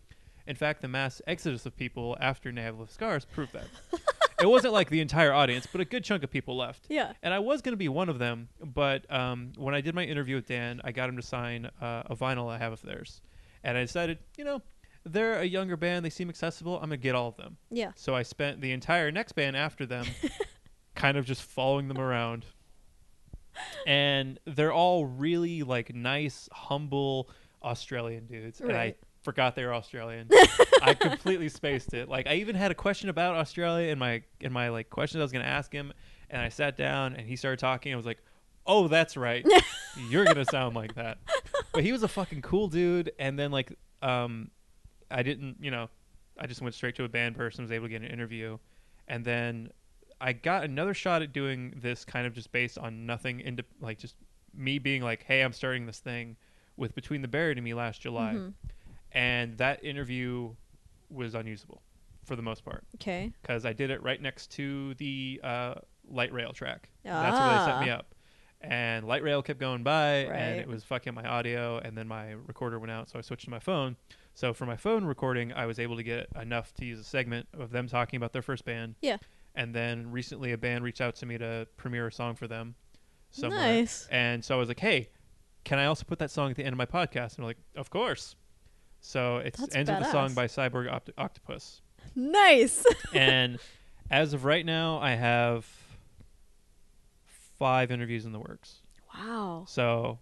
A: In fact, the mass exodus of people after Nail of Scars proved that. it wasn't like the entire audience, but a good chunk of people left.
B: Yeah.
A: And I was going to be one of them, but um, when I did my interview with Dan, I got him to sign uh, a vinyl I have of theirs. And I decided, you know, they're a younger band. They seem accessible. I'm gonna get all of them.
B: Yeah.
A: So I spent the entire next band after them, kind of just following them around. And they're all really like nice, humble Australian dudes. And I
B: Right.
A: forgot they were Australian. I completely spaced it. Like I even had a question about Australia in my in my like questions I was gonna ask him, and I sat down and he started talking. I was like, "Oh, that's right, you're gonna sound like that." But he was a fucking cool dude. And then like, um, I didn't, you know, I just went straight to a band person, was able to get an interview, and then I got another shot at doing this kind of just based on nothing into like just me being like, "Hey, I'm starting this thing." With Between the Buried and Me last July,
B: Mhm.
A: and that interview was unusable for the most part
B: Okay.
A: because I did it right next to the uh, light rail track. That's where they set me
B: Ah.
A: up. And light rail kept going by, and
B: Right.
A: it was fucking my audio. And then my recorder went out, so I switched to my phone. So for my phone recording, I was able to get enough to use a segment of them talking about their first band.
B: Yeah.
A: And then recently, a band reached out to me to premiere a song for them. Somewhere.
B: Nice.
A: And so I was like, hey, can I also put that song at the end of my podcast? And they're like, of course. So it
B: That's
A: ends with a song
B: badass.
A: by Cyborg Opt- Octopus.
B: Nice.
A: and as of right now, I have five interviews in the works.
B: wow.
A: So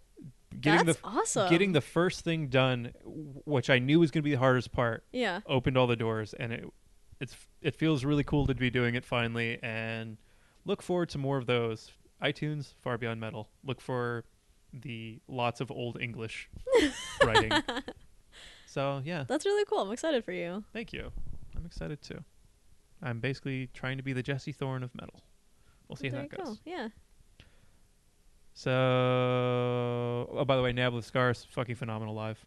A: getting
B: That's
A: the
B: awesome.
A: getting the first thing done, w- which I knew was going to be the hardest part,
B: yeah.
A: opened all the doors, and it it's it feels really cool to be doing it finally. And look forward to more of those. iTunes, Far Beyond Metal. Look for the lots of old English writing. So yeah,
B: That's really cool. I'm excited for you.
A: Thank you. I'm excited too. I'm basically trying to be the Jesse Thorne of metal. We'll see
B: there
A: how that
B: you
A: goes.
B: go. Yeah.
A: So, oh, by the way, Nabla Scar's fucking phenomenal live.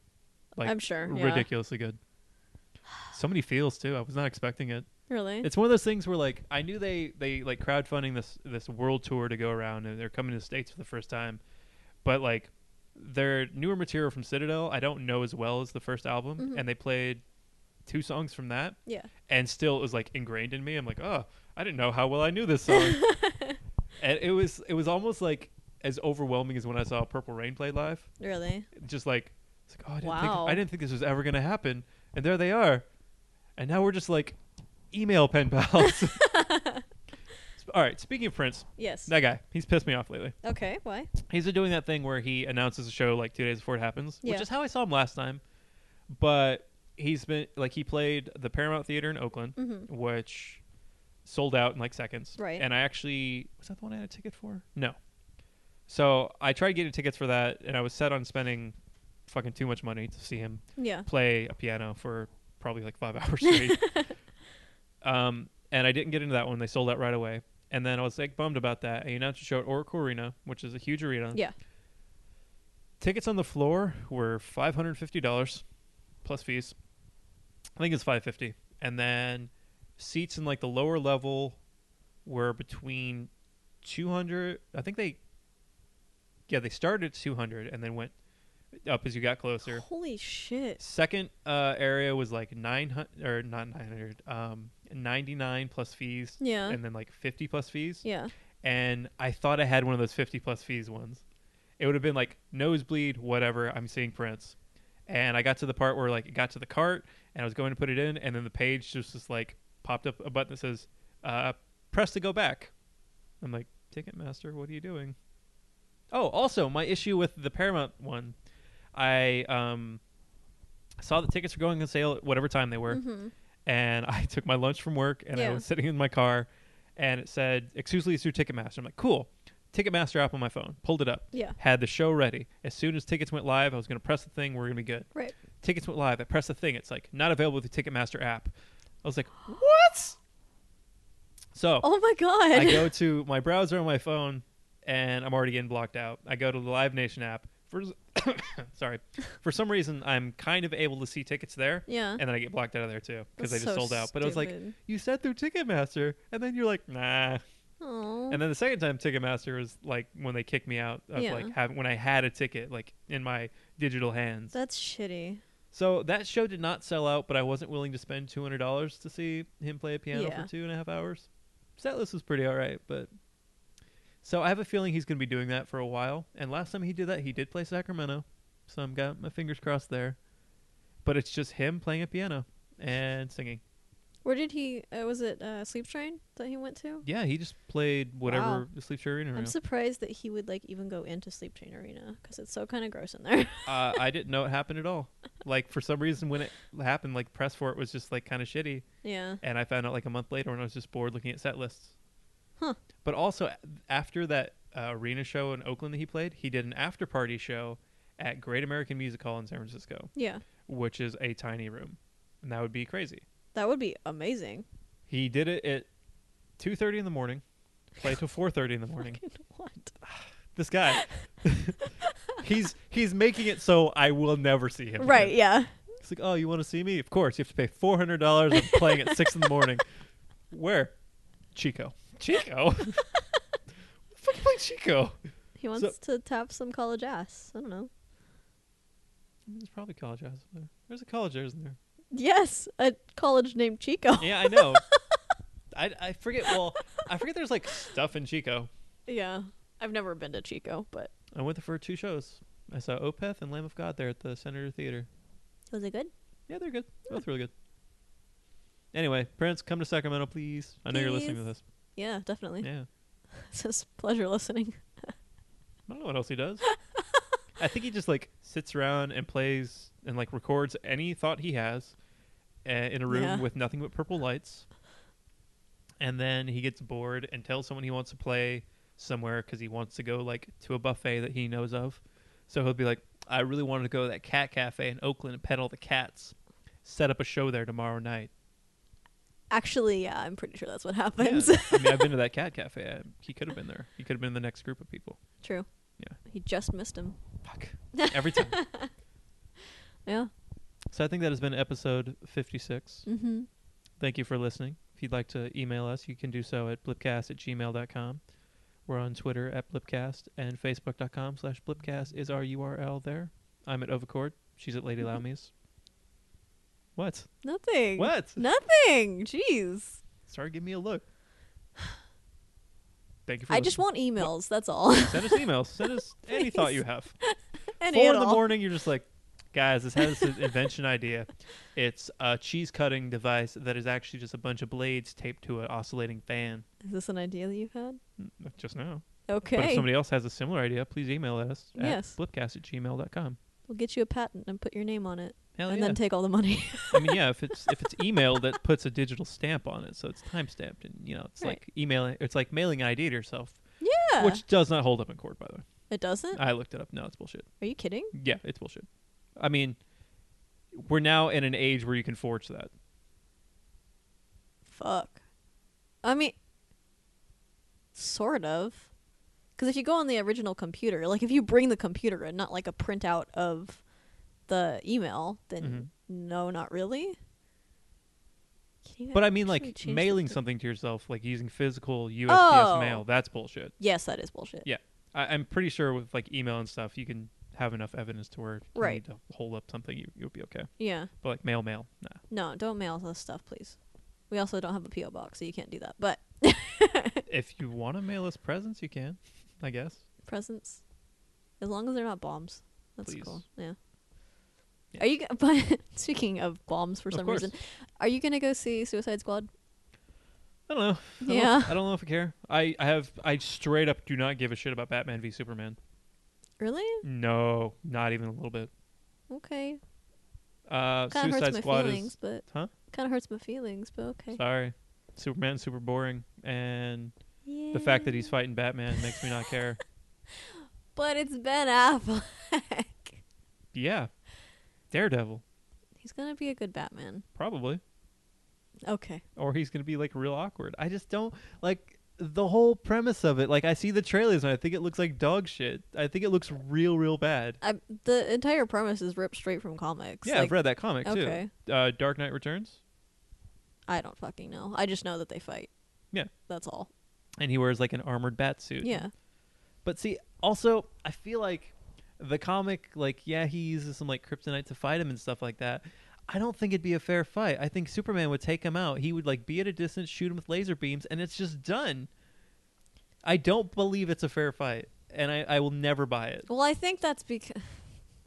A: Like,
B: I'm sure. Yeah.
A: ridiculously good. So many feels too. I was not expecting it.
B: Really?
A: It's one of those things where like I knew they they like crowdfunding this this world tour to go around and they're coming to the states for the first time, but like their newer material from Citadel I don't know as well as the first album,
B: Mhm.
A: and they played two songs from that,
B: yeah.
A: and still it was like ingrained in me. I'm like, oh, I didn't know how well I knew this song. and it was it was almost like as overwhelming as when I saw Purple Rain play live.
B: Really?
A: Just like it's like, oh, I didn't
B: Wow.
A: think I didn't think this was ever gonna happen. And there they are. And now we're just like email pen pals. All right, speaking of Prince,
B: Yes.
A: that guy, he's pissed me off lately.
B: okay. Why?
A: He's been doing that thing where he announces a show like two days before it happens,
B: Yeah.
A: which is how I saw him last time. But he's been like he played the Paramount Theater in Oakland,
B: Mm-hmm.
A: which sold out in like seconds.
B: Right.
A: And I actually was that the one I had a ticket for? No. So I tried getting tickets for that, and I was set on spending fucking too much money to see him
B: Yeah.
A: play a piano for probably like five hours straight. um, and I didn't get into that one. They sold out right away. And then I was like bummed about that. I announced a show at Oracle Arena, which is a huge arena.
B: Yeah.
A: Tickets on the floor were five hundred fifty dollars, plus fees. I think it's five fifty, and then seats in like the lower level were between two hundred. I think they, yeah, they started at two hundred and then went up as you got closer.
B: Holy shit.
A: Second uh, area was like 900 or not 900, um, 99 plus fees,
B: Yeah.
A: and then like 50 plus fees.
B: yeah.
A: And I thought I had one of those 50 plus fees ones. It would have been like nosebleed, whatever. I'm seeing Prince, and I got to the part where like it got to the cart, and I was going to put it in, and then the page just just like popped up a button that says, uh, "Press to go back." I'm like, Ticketmaster, what are you doing? Oh, also my issue with the Paramount one, I um saw the tickets were going on sale at whatever time they were,
B: Mm-hmm.
A: and I took my lunch from work and I
B: Yeah.
A: was sitting in my car, and it said exclusively through Ticketmaster. I'm like, cool, Ticketmaster app on my phone. Pulled it up,
B: Yeah.
A: had the show ready. As soon as tickets went live, I was gonna press the thing. We're gonna be good.
B: Right.
A: Tickets went live. I pressed the thing. It's like not available with the Ticketmaster app. I was like, what? So
B: Oh my
A: I
B: god.
A: go to my browser on my phone, and I'm already getting blocked out. I go to the Live Nation app. For sorry, for some reason, I'm kind of able to see tickets there,
B: yeah.
A: and then I get blocked out of there too because
B: That's
A: they just
B: so
A: sold out. But it was like,
B: stupid.
A: you said through Ticketmaster, and then you're like, nah.
B: Aw.
A: And then the second time, Ticketmaster was like when they kicked me out of
B: Yeah.
A: like having when I had a ticket like in my digital hands.
B: That's shitty.
A: So that show did not sell out, but I wasn't willing to spend two hundred dollars to see him play a piano
B: Yeah.
A: for two and a half hours. Set list was pretty all right, but so I have a feeling he's going to be doing that for a while. And last time he did that, he did play Sacramento, so I'm got my fingers crossed there. but it's just him playing a piano and singing.
B: Where did he? Uh, was it uh, Sleep Train that he went to?
A: Yeah, he just played whatever the Sleep Train Arena.
B: I'm surprised that he would like even go into Sleep Train Arena because it's so kind of gross in there.
A: uh, I didn't know it happened at all. Like for some reason, when it happened, like press for it was just like kind of shitty,
B: yeah.
A: and I found out like a month later when I was just bored looking at set lists.
B: Huh.
A: But also a- after that uh, arena show in Oakland that he played, he did an after party show at Great American Music Hall in San Francisco,
B: Yeah.
A: which is a tiny room, and that would be crazy.
B: That would be amazing.
A: He did it at two thirty in the morning, played till four thirty in the morning.
B: Fucking what?
A: This guy, he's he's making it so I will never see him. again.
B: Right. Yeah.
A: It's like, oh, you want to see me? Of course. You have to pay four hundred dollars. I'm playing at six in the morning. Where? Chico. Chico. Fucking play Chico.
B: He wants to tap some college ass. I don't know.
A: There's probably college jazz in there. There's a college jazz in there.
B: Yes, a college named Chico.
A: Yeah, I know. I, I forget. Well, I forget. There's like stuff in Chico.
B: Yeah. I've never been to Chico, but
A: I went there for two shows. I saw Opeth and Lamb of God there at the Senator Theater.
B: was it good?
A: Yeah, they're good. Both really good. Anyway, Prince, come to Sacramento, please. I know you're listening to
B: Please.
A: this.
B: Yeah, definitely.
A: Yeah.
B: It's a pleasure listening.
A: I don't know what else he does. I think he just like sits around and plays and like records any thought he has uh, in a room
B: Yeah.
A: with nothing but purple lights. And then he gets bored and tells someone he wants to play somewhere because he wants to go like to a buffet that he knows of. So he'll be like, I really wanted to go to that cat cafe in Oakland and pet all the cats. Set up a show there tomorrow night.
B: Actually, yeah, I'm pretty sure that's what
A: Yeah,
B: happens.
A: I mean, I've been to that cat cafe. I, he could have been there. He could have been in the next group of people.
B: True.
A: Yeah.
B: He just missed him.
A: Fuck. Every time.
B: Yeah.
A: So I think that has been episode 56.
B: Mm-hmm.
A: Thank you for listening. If you'd like to email us, you can do so at blipcast at gmail.com. We're on Twitter at blipcast and facebook.com slash blipcast is our URL there. I'm at Ovicord. She's at Lady Laumies. What?
B: Nothing.
A: What?
B: Nothing. Jeez.
A: Sorry, give me a look. Thank you for
B: I just
A: listening.
B: want emails. That's all.
A: Send us emails. Send us any thought you have.
B: Any
A: Four
B: at
A: in the
B: all.
A: morning, you're just like, guys, this has an invention idea. It's a cheese cutting device that is actually just a bunch of blades taped to an oscillating fan.
B: Is this an idea that you've had?
A: N- Just now. But if
B: Okay.
A: somebody else has a similar idea, please email us at
B: Yes.
A: blipcast at gmail.com.
B: We'll get you a patent and put your name on it,
A: Hell
B: and
A: yeah.
B: then take all the money.
A: I mean, yeah, if it's if it's email that puts a digital stamp on it, so it's time stamped, and you know, it's
B: Right. Uh-huh.
A: like emailing, it's like mailing ID to yourself,
B: yeah.
A: which does not hold up in court, by the way.
B: it doesn't.
A: I looked it up. No, it's bullshit.
B: Are you kidding?
A: Yeah, it's bullshit. I mean, we're now in an age where you can forge that.
B: Fuck. I mean, sort of. Because if you go on the original computer, like if you bring the computer and not like a printout of the email, then
A: Mhm.
B: no, not really. Can you
A: But I mean,
B: actually
A: like
B: change the
A: mailing
B: di-
A: something to yourself, like using physical USPS
B: Oh.
A: mail, that's bullshit.
B: Yes, that is bullshit.
A: Yeah. I, I'm pretty sure with like email and stuff, you can have enough evidence to where you
B: Right.
A: need to hold up something, you, you'll be okay.
B: Yeah.
A: But like mail, mail, nah.
B: No, don't mail us stuff, please. We also don't have a PO box, so you can't do that. But
A: if you want to mail us presents, you can, I guess.
B: presents, as long as they're not bombs, that's
A: Please.
B: cool. Yeah.
A: Yeah.
B: Are you? g- But speaking of bombs, for
A: Of
B: some
A: course.
B: reason, are you gonna go see Suicide Squad?
A: I don't know. I don't know
B: Yeah.
A: if- I don't know if I care. I, I have, I straight up do not give a shit about Batman v Superman.
B: Really?
A: No, not even a little bit.
B: Okay.
A: Uh,
B: Kind of
A: Suicide
B: hurts my
A: Squad
B: feelings,
A: is.
B: but
A: Huh?
B: kind of hurts my feelings, but okay.
A: Sorry. Superman's super boring. And the fact that he's
B: Yeah.
A: fighting Batman makes me not care.
B: But it's Ben Affleck.
A: Yeah. Daredevil,
B: he's gonna be a good Batman.
A: probably.
B: Okay.
A: Or he's going to be like real awkward. I just don't like the whole premise of it. Like I see the trailers and I think it looks like dog shit. I think it looks real real bad.
B: I, the entire premise is ripped straight from comics.
A: yeah, I've
B: like,
A: read that comic
B: Okay.
A: too. Uh Dark Knight Returns.
B: I don't fucking know. I just know that they fight.
A: Yeah.
B: That's all.
A: And he wears like an armored bat suit.
B: Yeah.
A: But see, also I feel like the comic like yeah, he uses some like kryptonite to fight him and stuff like that. I don't think it'd be a fair fight. I think Superman would take him out. He would like be at a distance, shoot him with laser beams, and it's just done. I don't believe it's a fair fight, and I, I will never buy it.
B: Well, I think that's because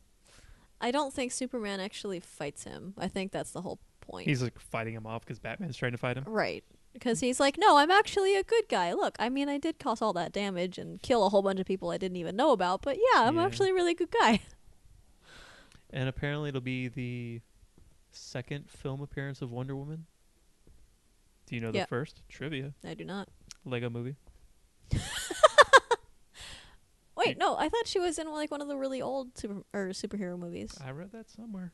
B: I don't think Superman actually fights him. I think that's the whole point.
A: He's like fighting him off because Batman's trying to fight him.
B: right. Because he's like, no, I'm actually a good guy. Look, I mean, I did cause all that damage and kill a whole bunch of people I didn't even know about, but yeah, I'm
A: Yeah.
B: actually a really good guy.
A: And apparently, it'll be the second film appearance of Wonder Woman. Do you know
B: Yeah.
A: the first trivia?
B: I do not.
A: Lego Movie.
B: Wait, no, I thought she was in like one of the really old super or superhero movies.
A: I read that somewhere.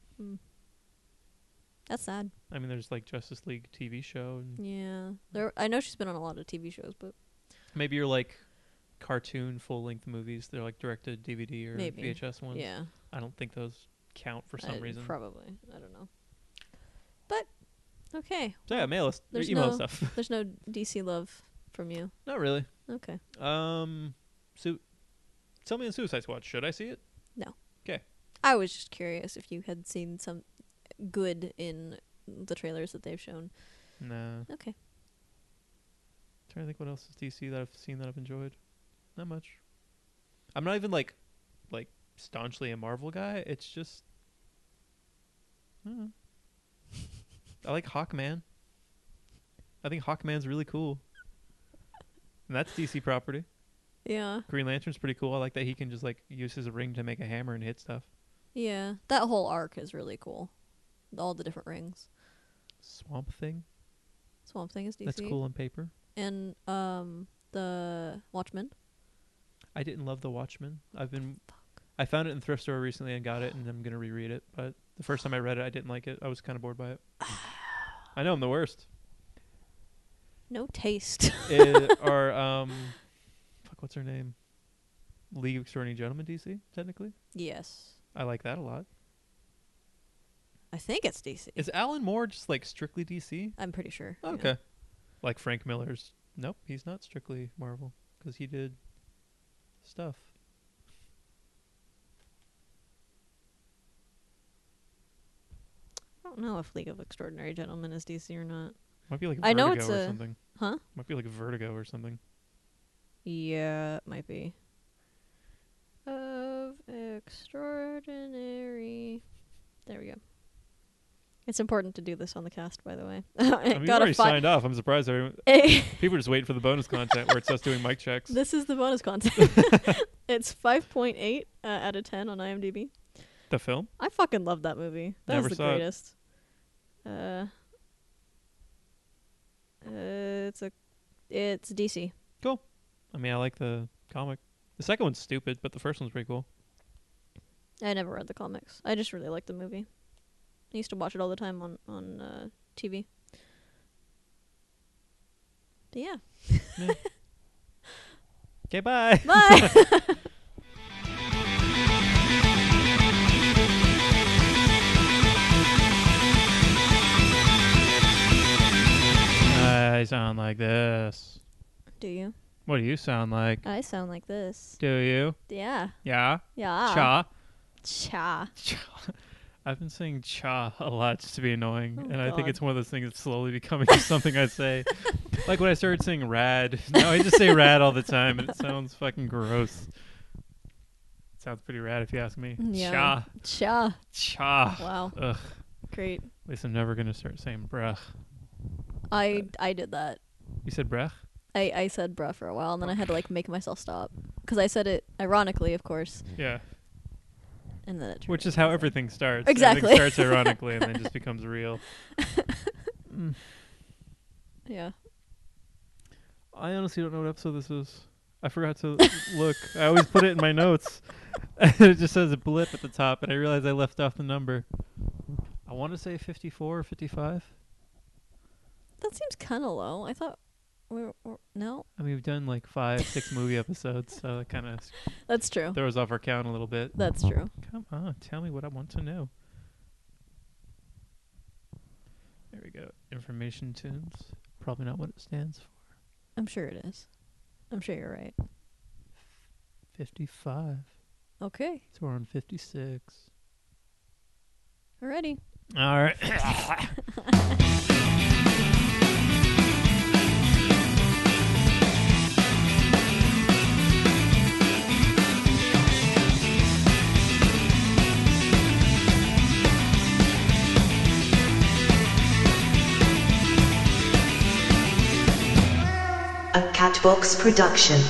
B: That's sad.
A: I mean, there's like Justice League TV show, and
B: Yeah, there. I know she's been on a lot of TV shows, but
A: maybe you're like cartoon full length movies. They're like directed DVD or
B: Maybe.
A: VHS ones.
B: yeah, Uh,
A: I don't think those count for some
B: I-
A: reason.
B: probably. I don't know. But okay,
A: so yeah, mail us, or
B: There's
A: email
B: no-
A: stuff.
B: there's no DC love from you.
A: Not really.
B: Okay.
A: Um, so tell me in Suicide Squad, should I see it?
B: I was just curious if you had seen some good in the trailers that they've shown.
A: No.
B: Okay.
A: trying to think what else is DC that I've seen that I've enjoyed. Not much. I'm not even like, like staunchly a Marvel guy. It's just, I, don't know. I like Hawkman. I think Hawkman's really cool. And that's DC property.
B: Yeah.
A: Green Lantern's pretty cool. I like that he can just like use his ring to make a hammer and hit stuff.
B: Yeah. That whole arc is really cool. All the different rings.
A: Swamp Thing.
B: Swamp Thing is DC.
A: That's cool on paper.
B: And um the Watchmen.
A: I didn't love The Watchmen. I've been I found it in thrift store recently and got it and I'm going to reread it, but the first time I read it I didn't like it. I was kind of bored by it. I know I'm the worst.
B: No taste.
A: It, or um fuck what's her name? League of Extraordinary Gentlemen DC technically.
B: yes.
A: I like that a lot.
B: I think it's DC.
A: Is Alan Moore just like strictly DC?
B: I'm pretty sure. yeah.
A: Okay. Like Frank Miller's Nope, he's not strictly Marvel cuz he did stuff.
B: I don't know if League of Extraordinary Gentlemen is DC or not.
A: Might be like Vertigo
B: I know it's
A: or
B: a-
A: something.
B: Huh?
A: Might be like Vertigo or something.
B: Yeah, it might be. Of extraordinary. There we go. It's important to do this on the cast, by the way.
A: I mean, you
B: Gotta
A: already
B: fi-
A: signed off. I'm surprised everyone, People are just waiting for the bonus content where it's us doing mic checks.
B: this is the bonus content. it's 5.8 uh, out of 10 on IMDb.
A: The film?
B: I fucking love that movie. That
A: Never
B: was the
A: saw it.
B: greatest. Uh, uh, it's a, it's DC.
A: I mean, I like the comic. The second one's stupid, but the first one's pretty cool.
B: I never read the comics. I just really liked the movie. I used to watch it all the time on on uh, TV. But yeah.
A: Okay, bye.
B: Bye.
A: I sound like this.
B: Do you?
A: What do you sound like?
B: I sound like this.
A: Do you?
B: Yeah.
A: Yeah?
B: Yeah.
A: Cha?
B: Cha.
A: I've been saying cha a lot just to be annoying,
B: Oh,
A: and I think
B: God.
A: it's one of those things that's slowly becoming just something I say. like when I started saying rad, now I just say rad all the time, and it sounds fucking gross. Sounds pretty rad if you ask me.
B: Yeah.
A: Cha,
B: Cha.
A: cha.
B: Wow.
A: Ugh.
B: Great.
A: At least I'm never gonna start saying bruh.
B: I I did that.
A: You said bruh?
B: I, I said bruh for a while and then I had to like make myself stop because I said it ironically, of course,
A: Yeah.
B: and then it.
A: Which
B: turned
A: is how
B: into-
A: everything starts.
B: Exactly.
A: Everything starts ironically and then just becomes real.
B: Yeah.
A: I honestly don't know what episode this is. I forgot to look. I always put it in my notes. it just says a blip at the top, and I realized I left off the number. I want to say 54 or 55.
B: That seems kind of low. I thought. We're, we're, no,
A: I mean, we've done like five, six movie episodes, so that kind of
B: that's true.
A: throws off our count a little bit.
B: That's true.
A: Come on, tell me what I want to know. There we go. Information tunes. Probably not what it stands for.
B: I'm sure it is. I'm sure you're right.
A: 55.
B: Okay.
A: So we're on 56.
B: Alrighty.
A: All right.
C: Catbox Production.